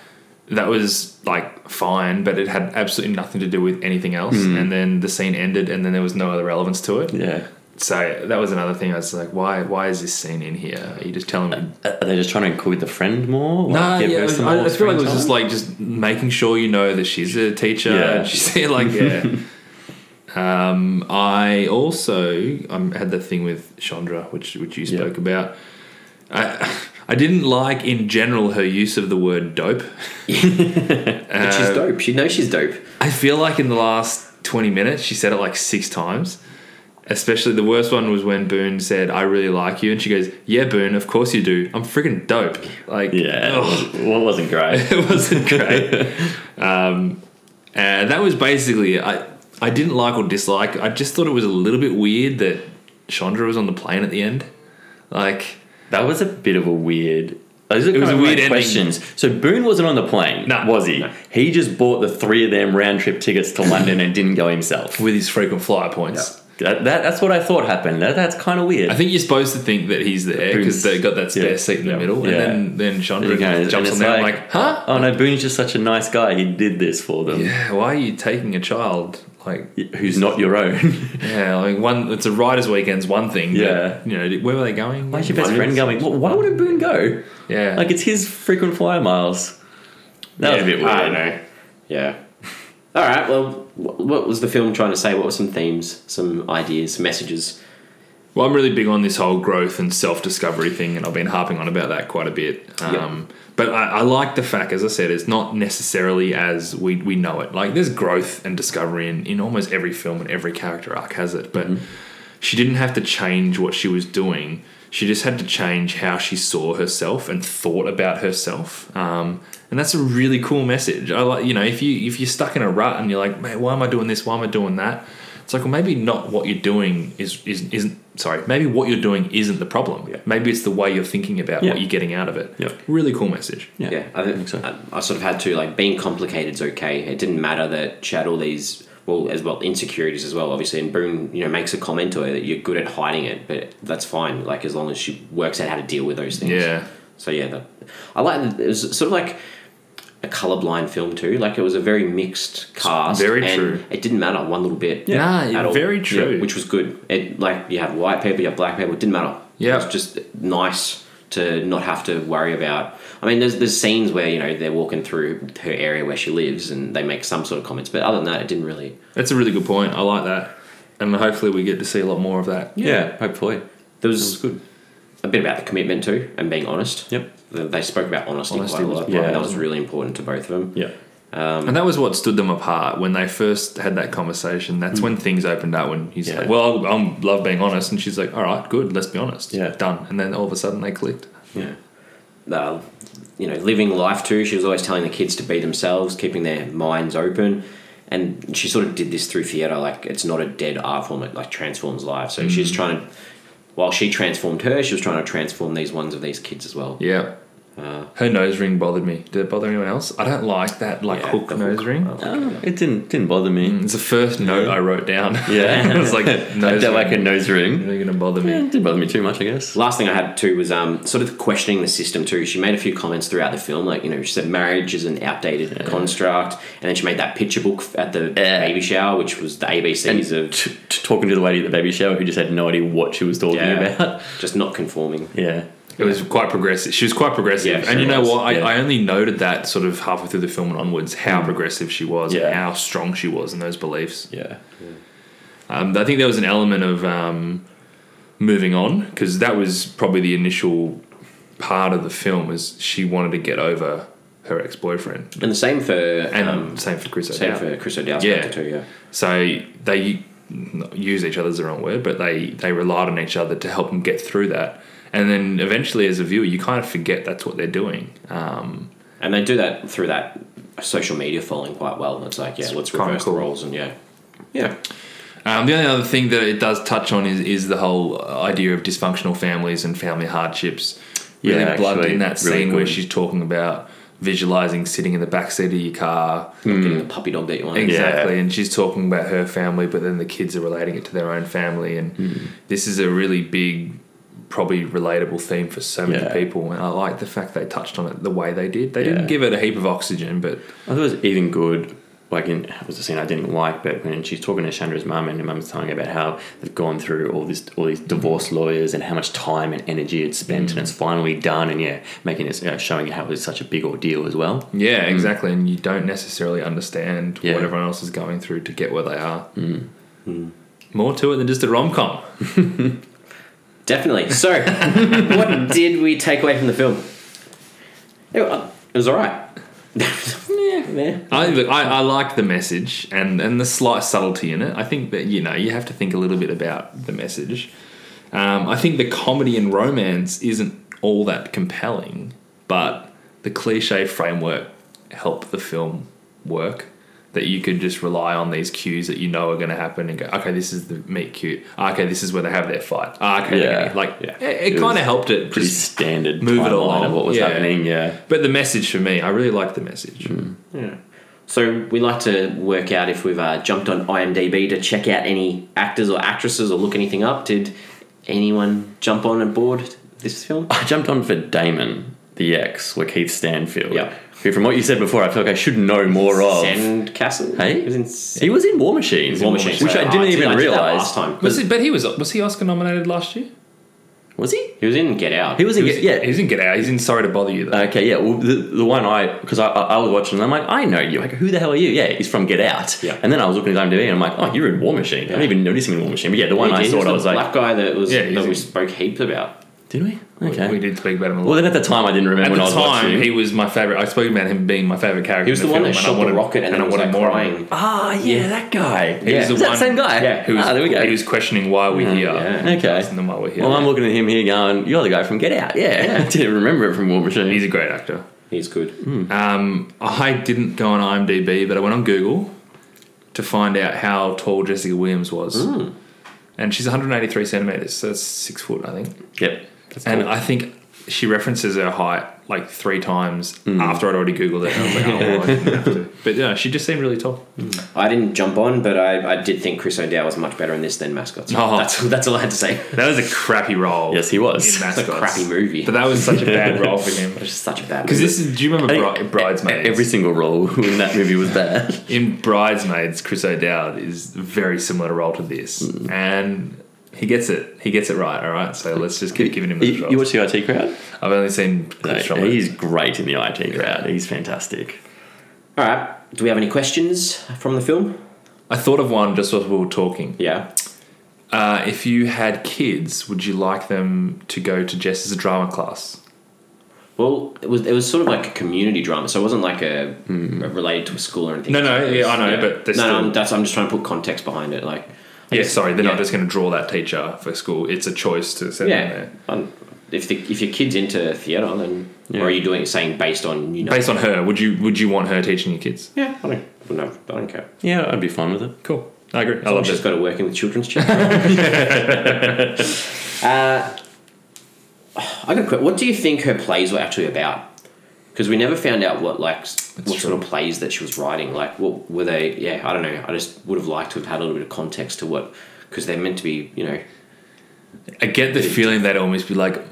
[SPEAKER 3] That was like fine, but it had absolutely nothing to do with anything else. And then the scene ended, and then there was no other relevance to it.
[SPEAKER 2] Hmm. Yeah.
[SPEAKER 3] So that was another thing. I was like, why? Why is this scene in here? Are you just telling me?
[SPEAKER 2] Are they just trying to include the friend more?
[SPEAKER 3] No,
[SPEAKER 2] get
[SPEAKER 3] yeah,
[SPEAKER 2] her
[SPEAKER 3] I,
[SPEAKER 2] some
[SPEAKER 3] I-
[SPEAKER 2] more
[SPEAKER 3] I feel like it was
[SPEAKER 2] screen
[SPEAKER 3] just
[SPEAKER 2] time?
[SPEAKER 3] like just making sure you know that she's a teacher.
[SPEAKER 2] Yeah.
[SPEAKER 3] And she's there, like yeah. um, I also um, had that thing with Chandra, which which you
[SPEAKER 2] Yeah.
[SPEAKER 3] spoke about. I I didn't like in general her use of the word dope.
[SPEAKER 1] But
[SPEAKER 3] Uh,
[SPEAKER 1] she's dope. She knows she's dope.
[SPEAKER 3] I feel like in the last 20 minutes, she said it like six times. Especially the worst one was when Boone said, I really like you. And she goes, Yeah, Boone, of course you do. I'm freaking dope. Like,
[SPEAKER 2] Yeah. it
[SPEAKER 3] ugh,
[SPEAKER 2] wasn't- Well, it wasn't great.
[SPEAKER 3] it wasn't great. um, and that was basically, I, I didn't like or dislike. I just thought it was a little bit weird that Chandra was on the plane at the end. Like,
[SPEAKER 2] That was a bit of a weird. Those are
[SPEAKER 3] was
[SPEAKER 2] kind
[SPEAKER 3] a
[SPEAKER 2] of
[SPEAKER 3] weird
[SPEAKER 2] like
[SPEAKER 3] ending.
[SPEAKER 2] questions. So Boone wasn't on the plane,
[SPEAKER 3] No,
[SPEAKER 2] was he? He just bought the three of them round trip tickets to London and didn't go himself.
[SPEAKER 3] with his frequent flyer points.
[SPEAKER 2] That, that, that's what I thought happened. That, that's kind of weird.
[SPEAKER 3] I think you're supposed to think that he's there
[SPEAKER 2] Boone's-
[SPEAKER 3] because they got that spare
[SPEAKER 2] yeah,
[SPEAKER 3] seat in the
[SPEAKER 2] yeah,
[SPEAKER 3] middle,
[SPEAKER 2] yeah.
[SPEAKER 3] and then then Chandra
[SPEAKER 2] You know, and
[SPEAKER 3] jumps on
[SPEAKER 2] it's
[SPEAKER 3] there and
[SPEAKER 2] like-
[SPEAKER 3] like, huh?
[SPEAKER 2] oh no, Boone's just such a nice guy. He did this for them.
[SPEAKER 3] Yeah, why are you taking a child? Like,
[SPEAKER 2] Who's not your own?
[SPEAKER 3] yeah, like one. It's a writers' weekend's one thing. but,
[SPEAKER 2] Yeah.
[SPEAKER 3] you know, where were they going?
[SPEAKER 2] Why's your best friend going? Well, why would Boone go?
[SPEAKER 3] Yeah,
[SPEAKER 2] Like it's his frequent flyer miles. That was a bit weird.
[SPEAKER 1] I don't know. Um, Yeah. All right. Well, wh- what was the film trying to say? What were some themes, some ideas, some messages?
[SPEAKER 3] Well, I'm really big on this whole growth and self discovery thing, and I've been harping on about that quite a bit. Um, But I, I like the fact, as I said, it's not necessarily as we, we know it. Like, there's growth and discovery in, in almost every film, and every character arc has it. But
[SPEAKER 2] Mm-hmm.
[SPEAKER 3] she didn't have to change what she was doing, she just had to change how she saw herself and thought about herself. Um, and that's a really cool message. I like, you know, if you if you're stuck in a rut and you're like, man, why am I doing this? Why am I doing that? It's like, well, maybe not what you're doing is, is isn't sorry. Maybe what you're doing isn't the problem. Maybe it's the way you're thinking about
[SPEAKER 2] Yeah.
[SPEAKER 3] what you're getting out of it.
[SPEAKER 2] Yeah.
[SPEAKER 3] Really cool message.
[SPEAKER 2] Yeah,
[SPEAKER 1] I, think
[SPEAKER 2] so.
[SPEAKER 1] I, I sort of had to like being complicated's okay. It didn't matter that she had all these well as well insecurities as well, obviously. And Boone, you know, makes a comment to her that you're good at hiding it, but that's fine. Like as long as she works out how to deal with those things.
[SPEAKER 3] Yeah.
[SPEAKER 1] So yeah, that, I like that it was sort of like a colorblind film too. Like it was a very mixed cast.
[SPEAKER 3] Very
[SPEAKER 1] and
[SPEAKER 3] true.
[SPEAKER 1] It didn't matter one little bit.
[SPEAKER 3] Yeah. Nah,
[SPEAKER 1] at all.
[SPEAKER 3] very true.
[SPEAKER 1] Yeah, which was good. It like you have white people, you have black people. It didn't matter.
[SPEAKER 3] Yeah.
[SPEAKER 1] it was just nice to not have to worry about. I mean, there's there's scenes where you know they're walking through her area where she lives, and they make some sort of comments. But other than that, it didn't really.
[SPEAKER 3] That's a really good point. I like that, and hopefully we get to see a lot more of that.
[SPEAKER 2] Yeah, hopefully.
[SPEAKER 1] There was, good. A bit about the commitment too, and being honest.
[SPEAKER 2] Yep.
[SPEAKER 1] They they spoke about honesty,
[SPEAKER 3] Honesty
[SPEAKER 1] quite a
[SPEAKER 3] was-
[SPEAKER 1] lot.
[SPEAKER 2] yeah.
[SPEAKER 1] and that was really important to both of them.
[SPEAKER 2] Yeah.
[SPEAKER 3] And that was what stood them apart when they first had that conversation. That's when things opened up. When he's
[SPEAKER 2] Hmm. Yeah.
[SPEAKER 3] like, "Well, I am love being honest," and she's like, "All right, good. Let's be honest."
[SPEAKER 2] Yeah.
[SPEAKER 3] done. And then all of a sudden they clicked.
[SPEAKER 1] Yeah. Uh, you know, living life too. She was always telling the kids to be themselves, keeping their minds open. And she sort of did this through theatre. Like, it's not a dead art form, it like transforms life. So
[SPEAKER 2] Mm.
[SPEAKER 1] she's trying to, while she transformed her, she was trying to transform these ones of these kids as well.
[SPEAKER 3] Yeah,
[SPEAKER 2] Uh.
[SPEAKER 3] Her nose ring bothered me. Did it bother anyone else? I don't like that like
[SPEAKER 1] Yeah,
[SPEAKER 3] hook
[SPEAKER 1] the
[SPEAKER 3] nose
[SPEAKER 1] hook.
[SPEAKER 3] ring.
[SPEAKER 2] Oh, it didn't didn't bother me.
[SPEAKER 3] It's the first note I wrote down.
[SPEAKER 2] Yeah,
[SPEAKER 3] it's like
[SPEAKER 2] I
[SPEAKER 3] nose
[SPEAKER 2] don't like a
[SPEAKER 3] ring.
[SPEAKER 2] nose ring.
[SPEAKER 3] Really gonna bother
[SPEAKER 2] Yeah,
[SPEAKER 3] me.
[SPEAKER 2] it didn't bother me too much, I guess.
[SPEAKER 1] Last thing I had too was um, sort of questioning the system too. She made a few comments throughout the film, like you know, she said marriage is an outdated construct, and then she made that picture book f- at the
[SPEAKER 2] Yeah.
[SPEAKER 1] baby shower, which was the ABCs
[SPEAKER 2] T-
[SPEAKER 1] of
[SPEAKER 2] t- talking to the lady at the baby shower who just had no idea what she was talking
[SPEAKER 1] yeah,
[SPEAKER 2] about.
[SPEAKER 1] just not conforming.
[SPEAKER 2] Yeah.
[SPEAKER 3] It was quite progressive. She was quite progressive,
[SPEAKER 1] Yeah, Hmm.
[SPEAKER 3] and
[SPEAKER 1] she
[SPEAKER 3] you know
[SPEAKER 1] was,
[SPEAKER 3] what? I,
[SPEAKER 2] yeah.
[SPEAKER 3] I only noted that sort of halfway through the film and onwards how progressive she was
[SPEAKER 2] Yeah.
[SPEAKER 3] and how strong she was in those beliefs.
[SPEAKER 2] Yeah.
[SPEAKER 3] Um, I think there was an element of um, moving on because that was probably the initial part of the film is she wanted to get over her ex boyfriend,
[SPEAKER 1] And the same for
[SPEAKER 3] and
[SPEAKER 1] um,
[SPEAKER 3] same for Chris
[SPEAKER 1] same
[SPEAKER 3] O'Dowd.
[SPEAKER 1] for Chris O'Dowd's
[SPEAKER 3] Yeah.
[SPEAKER 1] character too. Yeah,
[SPEAKER 3] So they not use each other is the wrong word, but they they relied on each other to help them get through that. And then eventually, as a viewer, you kind of forget that's what they're doing. Um,
[SPEAKER 1] and they do that through that social media following quite well. It's like yeah, let's
[SPEAKER 3] kinda
[SPEAKER 1] reverse
[SPEAKER 3] cool.
[SPEAKER 1] the roles and yeah, yeah.
[SPEAKER 3] um, the only other thing that it does touch on is, is the whole idea of dysfunctional families and family hardships. Really
[SPEAKER 2] Yeah,
[SPEAKER 3] blood
[SPEAKER 2] actually,
[SPEAKER 3] in that scene
[SPEAKER 2] really
[SPEAKER 3] where
[SPEAKER 2] good.
[SPEAKER 3] she's talking about visualizing sitting in the backseat of your car.
[SPEAKER 1] Getting the puppy dog that you want.
[SPEAKER 3] Exactly, and she's talking about her family, but then the kids are relating it to their own family, and
[SPEAKER 2] Hmm.
[SPEAKER 3] this is a really big, probably relatable theme for so many
[SPEAKER 2] Yeah.
[SPEAKER 3] people. And I like the fact they touched on it the way they did. They
[SPEAKER 2] Yeah.
[SPEAKER 3] didn't give it a heap of oxygen, but
[SPEAKER 2] I thought it was even good. Like in it was a scene I didn't like, but when she's talking to Chandra's mum and her mum's telling her about how they've gone through all this, all these divorce lawyers and how much time and energy it's spent, and it's finally done, and yeah, making it you know, showing how it was such a big ordeal as well.
[SPEAKER 3] yeah, exactly. And you don't necessarily understand
[SPEAKER 2] Hmm. Yeah. Hmm.
[SPEAKER 3] what everyone else is going through to get where they are. More to it than just a rom com.
[SPEAKER 1] Definitely. So, what did we take away from the film? It wa- it was all right. yeah,
[SPEAKER 3] I, look, I, I like the message and, and the slight subtlety in it. I think that, you know, you have to think a little bit about the message. Um, I think the comedy and romance isn't all that compelling, but the cliche framework helped the film work. That you could just rely on these cues that you know are going to happen and go, okay, this is the meet cute. Ah, okay, this is where they have their fight. Ah, okay, they're
[SPEAKER 2] Yeah.
[SPEAKER 3] gonna- like
[SPEAKER 2] Yeah.
[SPEAKER 3] it,
[SPEAKER 2] It
[SPEAKER 3] kind
[SPEAKER 2] was
[SPEAKER 3] of helped it.
[SPEAKER 2] Pretty
[SPEAKER 3] Just,
[SPEAKER 2] standard
[SPEAKER 3] move it
[SPEAKER 2] timeline
[SPEAKER 3] along.
[SPEAKER 2] of what was
[SPEAKER 3] Yeah.
[SPEAKER 2] happening. Yeah,
[SPEAKER 3] but the message for me, I really like the message.
[SPEAKER 2] Hmm.
[SPEAKER 1] yeah. So we like to work out if we've uh, jumped on IMDb to check out any actors or actresses or look anything up. Did anyone jump on and board this film?
[SPEAKER 2] I jumped on for Damon, the ex, like Keith Stanfield.
[SPEAKER 1] Yeah.
[SPEAKER 2] who from what you said before, I feel like I should know more of.
[SPEAKER 1] Sandcastle.
[SPEAKER 2] Hey?
[SPEAKER 1] It was in Sand-
[SPEAKER 2] He was in War Machine,
[SPEAKER 1] War Machine.
[SPEAKER 2] which
[SPEAKER 1] sorry.
[SPEAKER 2] I didn't
[SPEAKER 1] Oh, did-
[SPEAKER 2] even
[SPEAKER 1] I did that
[SPEAKER 2] realize.
[SPEAKER 1] last time.
[SPEAKER 3] Was it, but he was was he Oscar nominated last year?
[SPEAKER 2] Was he?
[SPEAKER 1] He was in Get Out.
[SPEAKER 2] He was in.
[SPEAKER 3] He was-
[SPEAKER 2] yeah,
[SPEAKER 3] he's in Get Out. He's in Sorry to Bother You. Though.
[SPEAKER 2] Okay, yeah. Well, the, the one I because I, I, I was watching, and I'm like, I know you. Like, who the hell are you? Yeah, he's from Get Out.
[SPEAKER 1] Yeah.
[SPEAKER 2] And then I was looking at IMDb, and I'm like, oh, you're in War Machine. I didn't even notice him in War Machine. But yeah, the one
[SPEAKER 1] He
[SPEAKER 2] I
[SPEAKER 1] did. He
[SPEAKER 2] saw, it, I
[SPEAKER 1] the
[SPEAKER 2] was like,
[SPEAKER 1] black guy that was
[SPEAKER 3] Yeah, he's
[SPEAKER 1] that we
[SPEAKER 3] in-
[SPEAKER 1] spoke heaps about.
[SPEAKER 2] did we? Okay.
[SPEAKER 3] we did speak about him a lot.
[SPEAKER 2] well, then at the time, I didn't remember
[SPEAKER 3] At
[SPEAKER 2] when I
[SPEAKER 3] the
[SPEAKER 2] was
[SPEAKER 3] time,
[SPEAKER 2] watching.
[SPEAKER 3] he was my favorite. I spoke about him being my favorite character.
[SPEAKER 1] He was
[SPEAKER 3] in
[SPEAKER 1] the,
[SPEAKER 3] the,
[SPEAKER 1] one
[SPEAKER 3] film,
[SPEAKER 1] that shot
[SPEAKER 3] and I wanted,
[SPEAKER 1] the rocket and,
[SPEAKER 3] and I
[SPEAKER 1] then was
[SPEAKER 3] wanted
[SPEAKER 1] like
[SPEAKER 3] more.
[SPEAKER 1] crying.
[SPEAKER 2] Ah, yeah, that guy.
[SPEAKER 3] He
[SPEAKER 2] Yeah.
[SPEAKER 3] was the
[SPEAKER 2] Is that
[SPEAKER 3] one-
[SPEAKER 2] the same guy?
[SPEAKER 1] Yeah,
[SPEAKER 3] Who was,
[SPEAKER 2] ah, there we go.
[SPEAKER 3] He was questioning why we're here.
[SPEAKER 1] yeah.
[SPEAKER 2] Okay.
[SPEAKER 3] And then why we're here.
[SPEAKER 2] Well, I'm looking at him here, going, "You're the guy from Get Out." Yeah, I didn't remember it from War Machine.
[SPEAKER 3] he's a great actor.
[SPEAKER 1] He's good.
[SPEAKER 3] Um, I didn't go on IMDb, but I went on Google to find out how tall Jessica Williams was. And she's 183 centimeters, so that's six foot, I think.
[SPEAKER 2] yep. That's
[SPEAKER 3] And
[SPEAKER 2] cool.
[SPEAKER 3] I think she references her height like three times after I'd already googled it. And I was like, oh, well, I didn't have to. But yeah, she just seemed really tall.
[SPEAKER 1] I didn't jump on, but I, I did think Chris O'Dowd was much better in this than Mascots.
[SPEAKER 3] Oh.
[SPEAKER 1] That's, that's all I had to say.
[SPEAKER 3] That was a crappy role.
[SPEAKER 2] yes, he
[SPEAKER 3] in
[SPEAKER 2] was.
[SPEAKER 1] It's a
[SPEAKER 3] Mascots.
[SPEAKER 1] crappy movie.
[SPEAKER 3] But that was such a bad role for him.
[SPEAKER 1] It was just such a bad
[SPEAKER 3] Because
[SPEAKER 1] movie.
[SPEAKER 3] this is, do you remember
[SPEAKER 2] I think
[SPEAKER 3] Bri- Bridesmaids?
[SPEAKER 2] e-, Every single role in that movie was bad.
[SPEAKER 3] in Bridesmaids, Chris O'Dowd is very similar role to this,
[SPEAKER 2] Mm.
[SPEAKER 3] and he gets it. He gets it right. All right, so let's just keep giving him the
[SPEAKER 2] You, you
[SPEAKER 3] shots.
[SPEAKER 2] watch the IT crowd?
[SPEAKER 3] I've only seen clips
[SPEAKER 2] No,
[SPEAKER 3] from it.
[SPEAKER 2] he's great in the IT crowd. He's fantastic.
[SPEAKER 1] all right. Do we have any questions from the film?
[SPEAKER 3] I thought of one just while we were talking.
[SPEAKER 1] Yeah.
[SPEAKER 3] Uh, if you had kids, would you like them to go to Jess's drama class?
[SPEAKER 1] Well, it was it was sort of like a community drama, so it wasn't like a related to a school or anything.
[SPEAKER 3] No, no, yeah, I know, but
[SPEAKER 1] no,
[SPEAKER 3] they're still-
[SPEAKER 1] no, I'm, that's, I'm just trying to put context behind it. Like,
[SPEAKER 3] yeah, sorry, they're
[SPEAKER 1] yeah.
[SPEAKER 3] not just going to draw that teacher for school. It's a choice to send them
[SPEAKER 1] yeah,
[SPEAKER 3] there
[SPEAKER 1] I'm- if the, if your kid's into theatre, then
[SPEAKER 2] Yeah.
[SPEAKER 1] or are you doing saying based on you know?
[SPEAKER 3] based on her. Would you Would you want her teaching your kids?
[SPEAKER 1] yeah, I don't, no, I don't care.
[SPEAKER 2] Yeah, I'd be fine with it.
[SPEAKER 3] Cool, I agree. I
[SPEAKER 1] I've
[SPEAKER 3] love
[SPEAKER 1] just
[SPEAKER 3] this.
[SPEAKER 1] got to work in the children's chapter. uh, I got a que- What do you think her plays were actually about? because we never found out what like s- what
[SPEAKER 3] That's
[SPEAKER 1] sort of plays that she was writing. Like, what were they? Yeah, I don't know. I just would have liked to have had a little bit of context to what because they're meant to be, you know.
[SPEAKER 3] I get the feeling that'd almost be like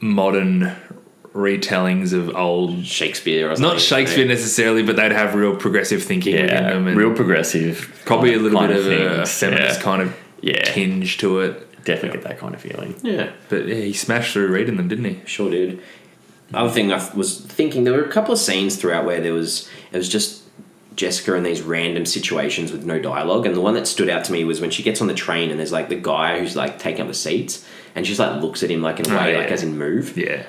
[SPEAKER 3] modern retellings of old.
[SPEAKER 1] Shakespeare or something.
[SPEAKER 3] Not Shakespeare necessarily, but they'd have real progressive thinking within
[SPEAKER 2] Yeah,
[SPEAKER 3] them. And
[SPEAKER 2] real progressive.
[SPEAKER 3] probably a
[SPEAKER 2] kind-
[SPEAKER 3] little
[SPEAKER 2] kind
[SPEAKER 3] bit of a
[SPEAKER 2] things.
[SPEAKER 3] feminist
[SPEAKER 2] yeah.
[SPEAKER 3] kind of
[SPEAKER 2] Yeah.
[SPEAKER 3] tinge to it.
[SPEAKER 2] Definitely get that kind of feeling.
[SPEAKER 1] you know. Yeah.
[SPEAKER 3] But yeah, he smashed through reading them, didn't he?
[SPEAKER 1] Sure did. Other thing I th- was thinking, there were a couple of scenes throughout where there was it was just Jessica in these random situations with no dialogue, and the one that stood out to me was when she gets on the train and there's like the guy who's like taking up the seats, and she's like looks at him like in a
[SPEAKER 3] Oh,
[SPEAKER 1] way
[SPEAKER 3] yeah.
[SPEAKER 1] like as in move.
[SPEAKER 3] Yeah.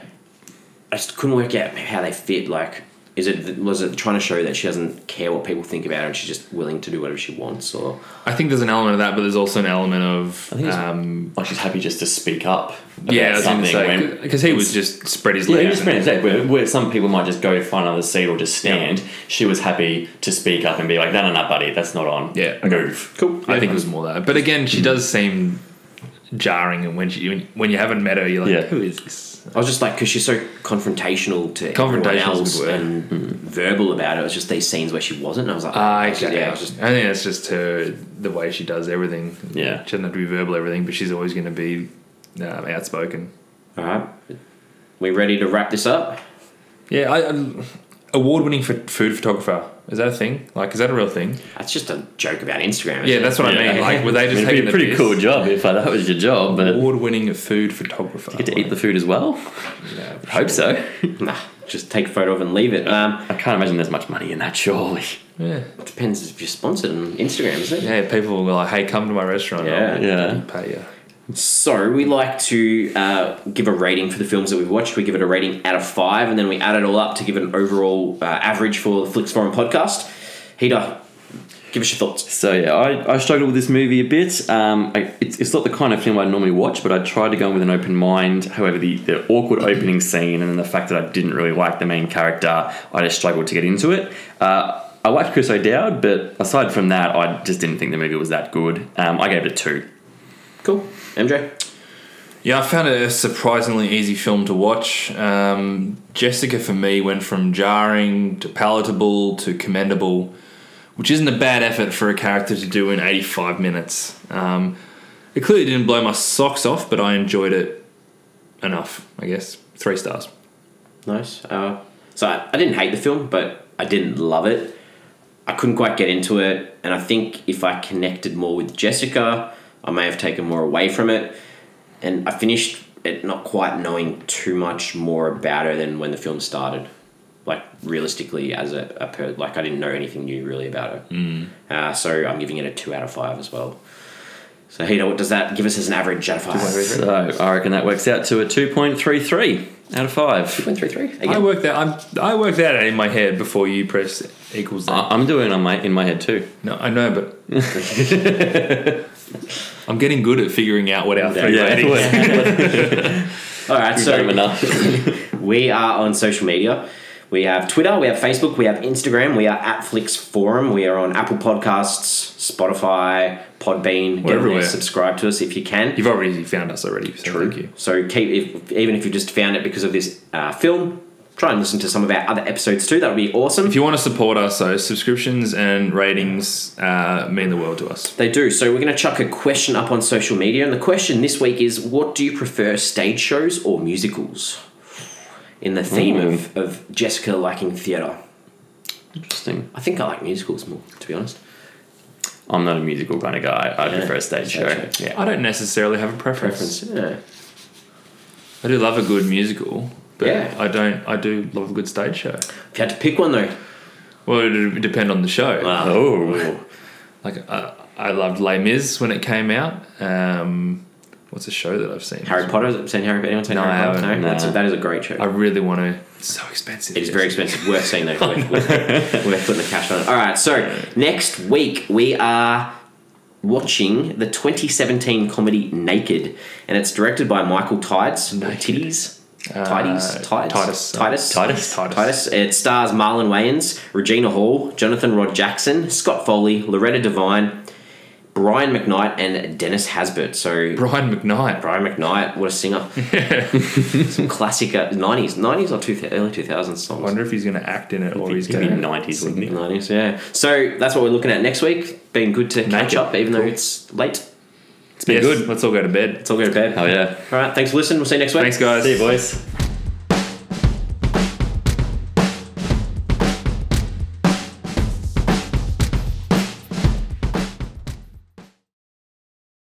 [SPEAKER 1] I just couldn't work out how they fit. Like, is it was it trying to show that she doesn't care what people think about her and she's just willing to do whatever she wants, or
[SPEAKER 3] I think there's an element of that, but there's also an element of.
[SPEAKER 2] I think it's-
[SPEAKER 3] um,
[SPEAKER 2] Like she's happy just to speak up. About
[SPEAKER 3] yeah, I was going to
[SPEAKER 2] something
[SPEAKER 3] say.
[SPEAKER 2] when-
[SPEAKER 3] Because he was just spread his
[SPEAKER 2] Yeah,
[SPEAKER 3] legs.
[SPEAKER 2] you just
[SPEAKER 3] and-
[SPEAKER 2] meant that where, where some people might just go find another seat or just stand. She was happy to speak up and be like, "No, no, no, buddy, that's not on.
[SPEAKER 3] Yeah.
[SPEAKER 2] move."
[SPEAKER 1] cool.
[SPEAKER 3] I think it was more that. But again, she does seem jarring, and when she when you haven't met her, you're like,
[SPEAKER 2] Yeah.
[SPEAKER 3] who is this?
[SPEAKER 1] I was just like, because she's so confrontational to everyone
[SPEAKER 3] Confrontational
[SPEAKER 1] else
[SPEAKER 3] is a good word. Hmm.
[SPEAKER 1] and verbal about it. It was just these scenes where she wasn't. And I was like,
[SPEAKER 3] Ah,
[SPEAKER 1] I was
[SPEAKER 3] okay.
[SPEAKER 1] just- yeah, I was just
[SPEAKER 3] I think that's just her the way she does everything.
[SPEAKER 2] Yeah.
[SPEAKER 3] she doesn't have to be verbal everything, but she's always going to be um, outspoken.
[SPEAKER 1] all right. We ready to wrap this up?
[SPEAKER 3] Yeah, I, award winning for food photographer is that a thing? Like, is that a real thing?
[SPEAKER 1] That's just a joke about Instagram. isn't
[SPEAKER 3] Yeah,
[SPEAKER 1] it?
[SPEAKER 3] that's what I
[SPEAKER 2] Yeah.
[SPEAKER 3] mean. Like, were they just
[SPEAKER 2] It'd
[SPEAKER 3] taking
[SPEAKER 2] be a
[SPEAKER 3] the
[SPEAKER 2] pretty
[SPEAKER 3] piss?
[SPEAKER 2] cool job if uh, that was your job, but
[SPEAKER 3] Award winning food photographer.
[SPEAKER 2] get to eat the food as well.
[SPEAKER 3] Yeah,
[SPEAKER 2] I hope so.
[SPEAKER 1] Nah, just take a photo of it and leave it. Um,
[SPEAKER 2] I can't imagine there's much money in that, surely.
[SPEAKER 3] Yeah.
[SPEAKER 1] it depends if you're sponsored on Instagram, is it?
[SPEAKER 3] yeah, people were like, "Hey, come to my restaurant.
[SPEAKER 1] Yeah.
[SPEAKER 3] I'll
[SPEAKER 2] Yeah.
[SPEAKER 3] pay you."
[SPEAKER 1] So we like to uh, give a rating for the films that we've watched. We give it a rating out of five, and then we add it all up to give an overall uh, average for the Flicks Forum podcast. Hida, give us your thoughts.
[SPEAKER 2] So yeah, I, I struggled with this movie a bit. Um, I, it's, it's not the kind of film I normally watch, but I tried to go in with an open mind. However, the, the awkward opening scene and then the fact that I didn't really like the main character, I just struggled to get into it. Uh, I liked Chris O'Dowd, but aside from that, I just didn't think the movie was that good. Um, I gave it a two.
[SPEAKER 1] Cool, MJ.
[SPEAKER 3] Yeah, I found it a surprisingly easy film to watch. Um, Jessica, for me, went from jarring to palatable to commendable, which isn't a bad effort for a character to do in 85 minutes. Um, it clearly didn't blow my socks off, but I enjoyed it enough, I guess. Three stars.
[SPEAKER 1] Nice. Uh, so I, I didn't hate the film, but I didn't love it. I couldn't quite get into it, and I think if I connected more with Jessica, I may have taken more away from it. And I finished it not quite knowing too much more about her than when the film started. Like realistically, as a, a per, like I didn't know anything new really about her. Mm. Uh, so I'm giving it a two out of five as well. So Hida, what does that give us as an average out of five?
[SPEAKER 2] So I reckon that works out to a 2.33 out of 5.
[SPEAKER 1] Point three three.
[SPEAKER 3] I
[SPEAKER 1] Again,
[SPEAKER 3] worked that I'm, I worked that out in my head before you press equals that.
[SPEAKER 2] I- I'm doing on my in my head too.
[SPEAKER 3] No, I know, but I'm getting good at figuring out what our three
[SPEAKER 1] Yeah.
[SPEAKER 3] ratings
[SPEAKER 2] We've
[SPEAKER 1] all right. So
[SPEAKER 2] done enough.
[SPEAKER 1] We are on social media. We have Twitter, we have Facebook, we have Instagram, we are at Flix Forum, we are on Apple Podcasts, Spotify, Podbean. Get on there,
[SPEAKER 3] everywhere.
[SPEAKER 1] subscribe to us if you can.
[SPEAKER 3] You've already found us already. So Thank you.
[SPEAKER 1] So keep if, even if you just found it because of this uh, film, try and listen to some of our other episodes too. That would be awesome.
[SPEAKER 3] If you want to support us, though, subscriptions and ratings uh, mean the world to us.
[SPEAKER 1] They do. So we're going to chuck a question up on social media, and the question this week is: What do you prefer, stage shows or musicals? In the theme
[SPEAKER 3] Hmm.
[SPEAKER 1] of, of Jessica liking theatre,
[SPEAKER 2] Interesting.
[SPEAKER 1] I think I like musicals more, to be honest.
[SPEAKER 2] I'm not a musical kind of guy. I prefer a stage,
[SPEAKER 1] Stage
[SPEAKER 2] show.
[SPEAKER 1] show.
[SPEAKER 2] Yeah.
[SPEAKER 3] I don't necessarily have a preference.
[SPEAKER 1] Yeah.
[SPEAKER 3] I do love a good musical, but
[SPEAKER 1] Yeah.
[SPEAKER 3] I don't. I do love a good stage show.
[SPEAKER 1] If you had to pick one though,
[SPEAKER 3] Well, it would depend on the show.
[SPEAKER 2] Oh.
[SPEAKER 3] Like I, I loved Les Mis when it came out. Um, what's a show that I've seen?
[SPEAKER 1] Harry Potter. Has it seen Harry? Anyone seen
[SPEAKER 3] No, I
[SPEAKER 1] Harry Potter?
[SPEAKER 3] haven't,
[SPEAKER 1] No, that's a,
[SPEAKER 2] no.
[SPEAKER 1] that is a great show.
[SPEAKER 3] I really want to. It's so expensive.
[SPEAKER 1] it is very expensive. Worth seeing though. Worth, worth, worth putting the cash on. it. All right. So next week we are watching the 2017 comedy Naked, and it's directed by Michael Tides. or
[SPEAKER 3] Naked. Uh,
[SPEAKER 1] Tides. Tides. Tides.
[SPEAKER 3] Titus.
[SPEAKER 1] Titus.
[SPEAKER 2] Titus.
[SPEAKER 3] Titus.
[SPEAKER 1] Titus. It stars Marlon Wayans, Regina Hall, Jonathan Rod Jackson, Scott Foley, Loretta Devine, Brian McKnight and Dennis Hasbert. So
[SPEAKER 3] Brian McKnight.
[SPEAKER 1] Brian McKnight, what a singer! Some classic uh, '90s, '90s or two, early 2000s songs.
[SPEAKER 3] I wonder if he's going to act in it or he's
[SPEAKER 2] He'd be
[SPEAKER 3] going to.
[SPEAKER 2] 90s, wouldn't he?
[SPEAKER 1] 90s, yeah. So that's what we're looking at next week. Been good to catch
[SPEAKER 2] Nature.
[SPEAKER 1] up, even though
[SPEAKER 2] Cool.
[SPEAKER 1] it's late.
[SPEAKER 3] It's been good. Let's all go to bed.
[SPEAKER 1] Let's all go to bed.
[SPEAKER 2] Hell yeah.
[SPEAKER 1] All right, thanks for listening. We'll see you next week.
[SPEAKER 3] Thanks, guys.
[SPEAKER 2] See you, boys.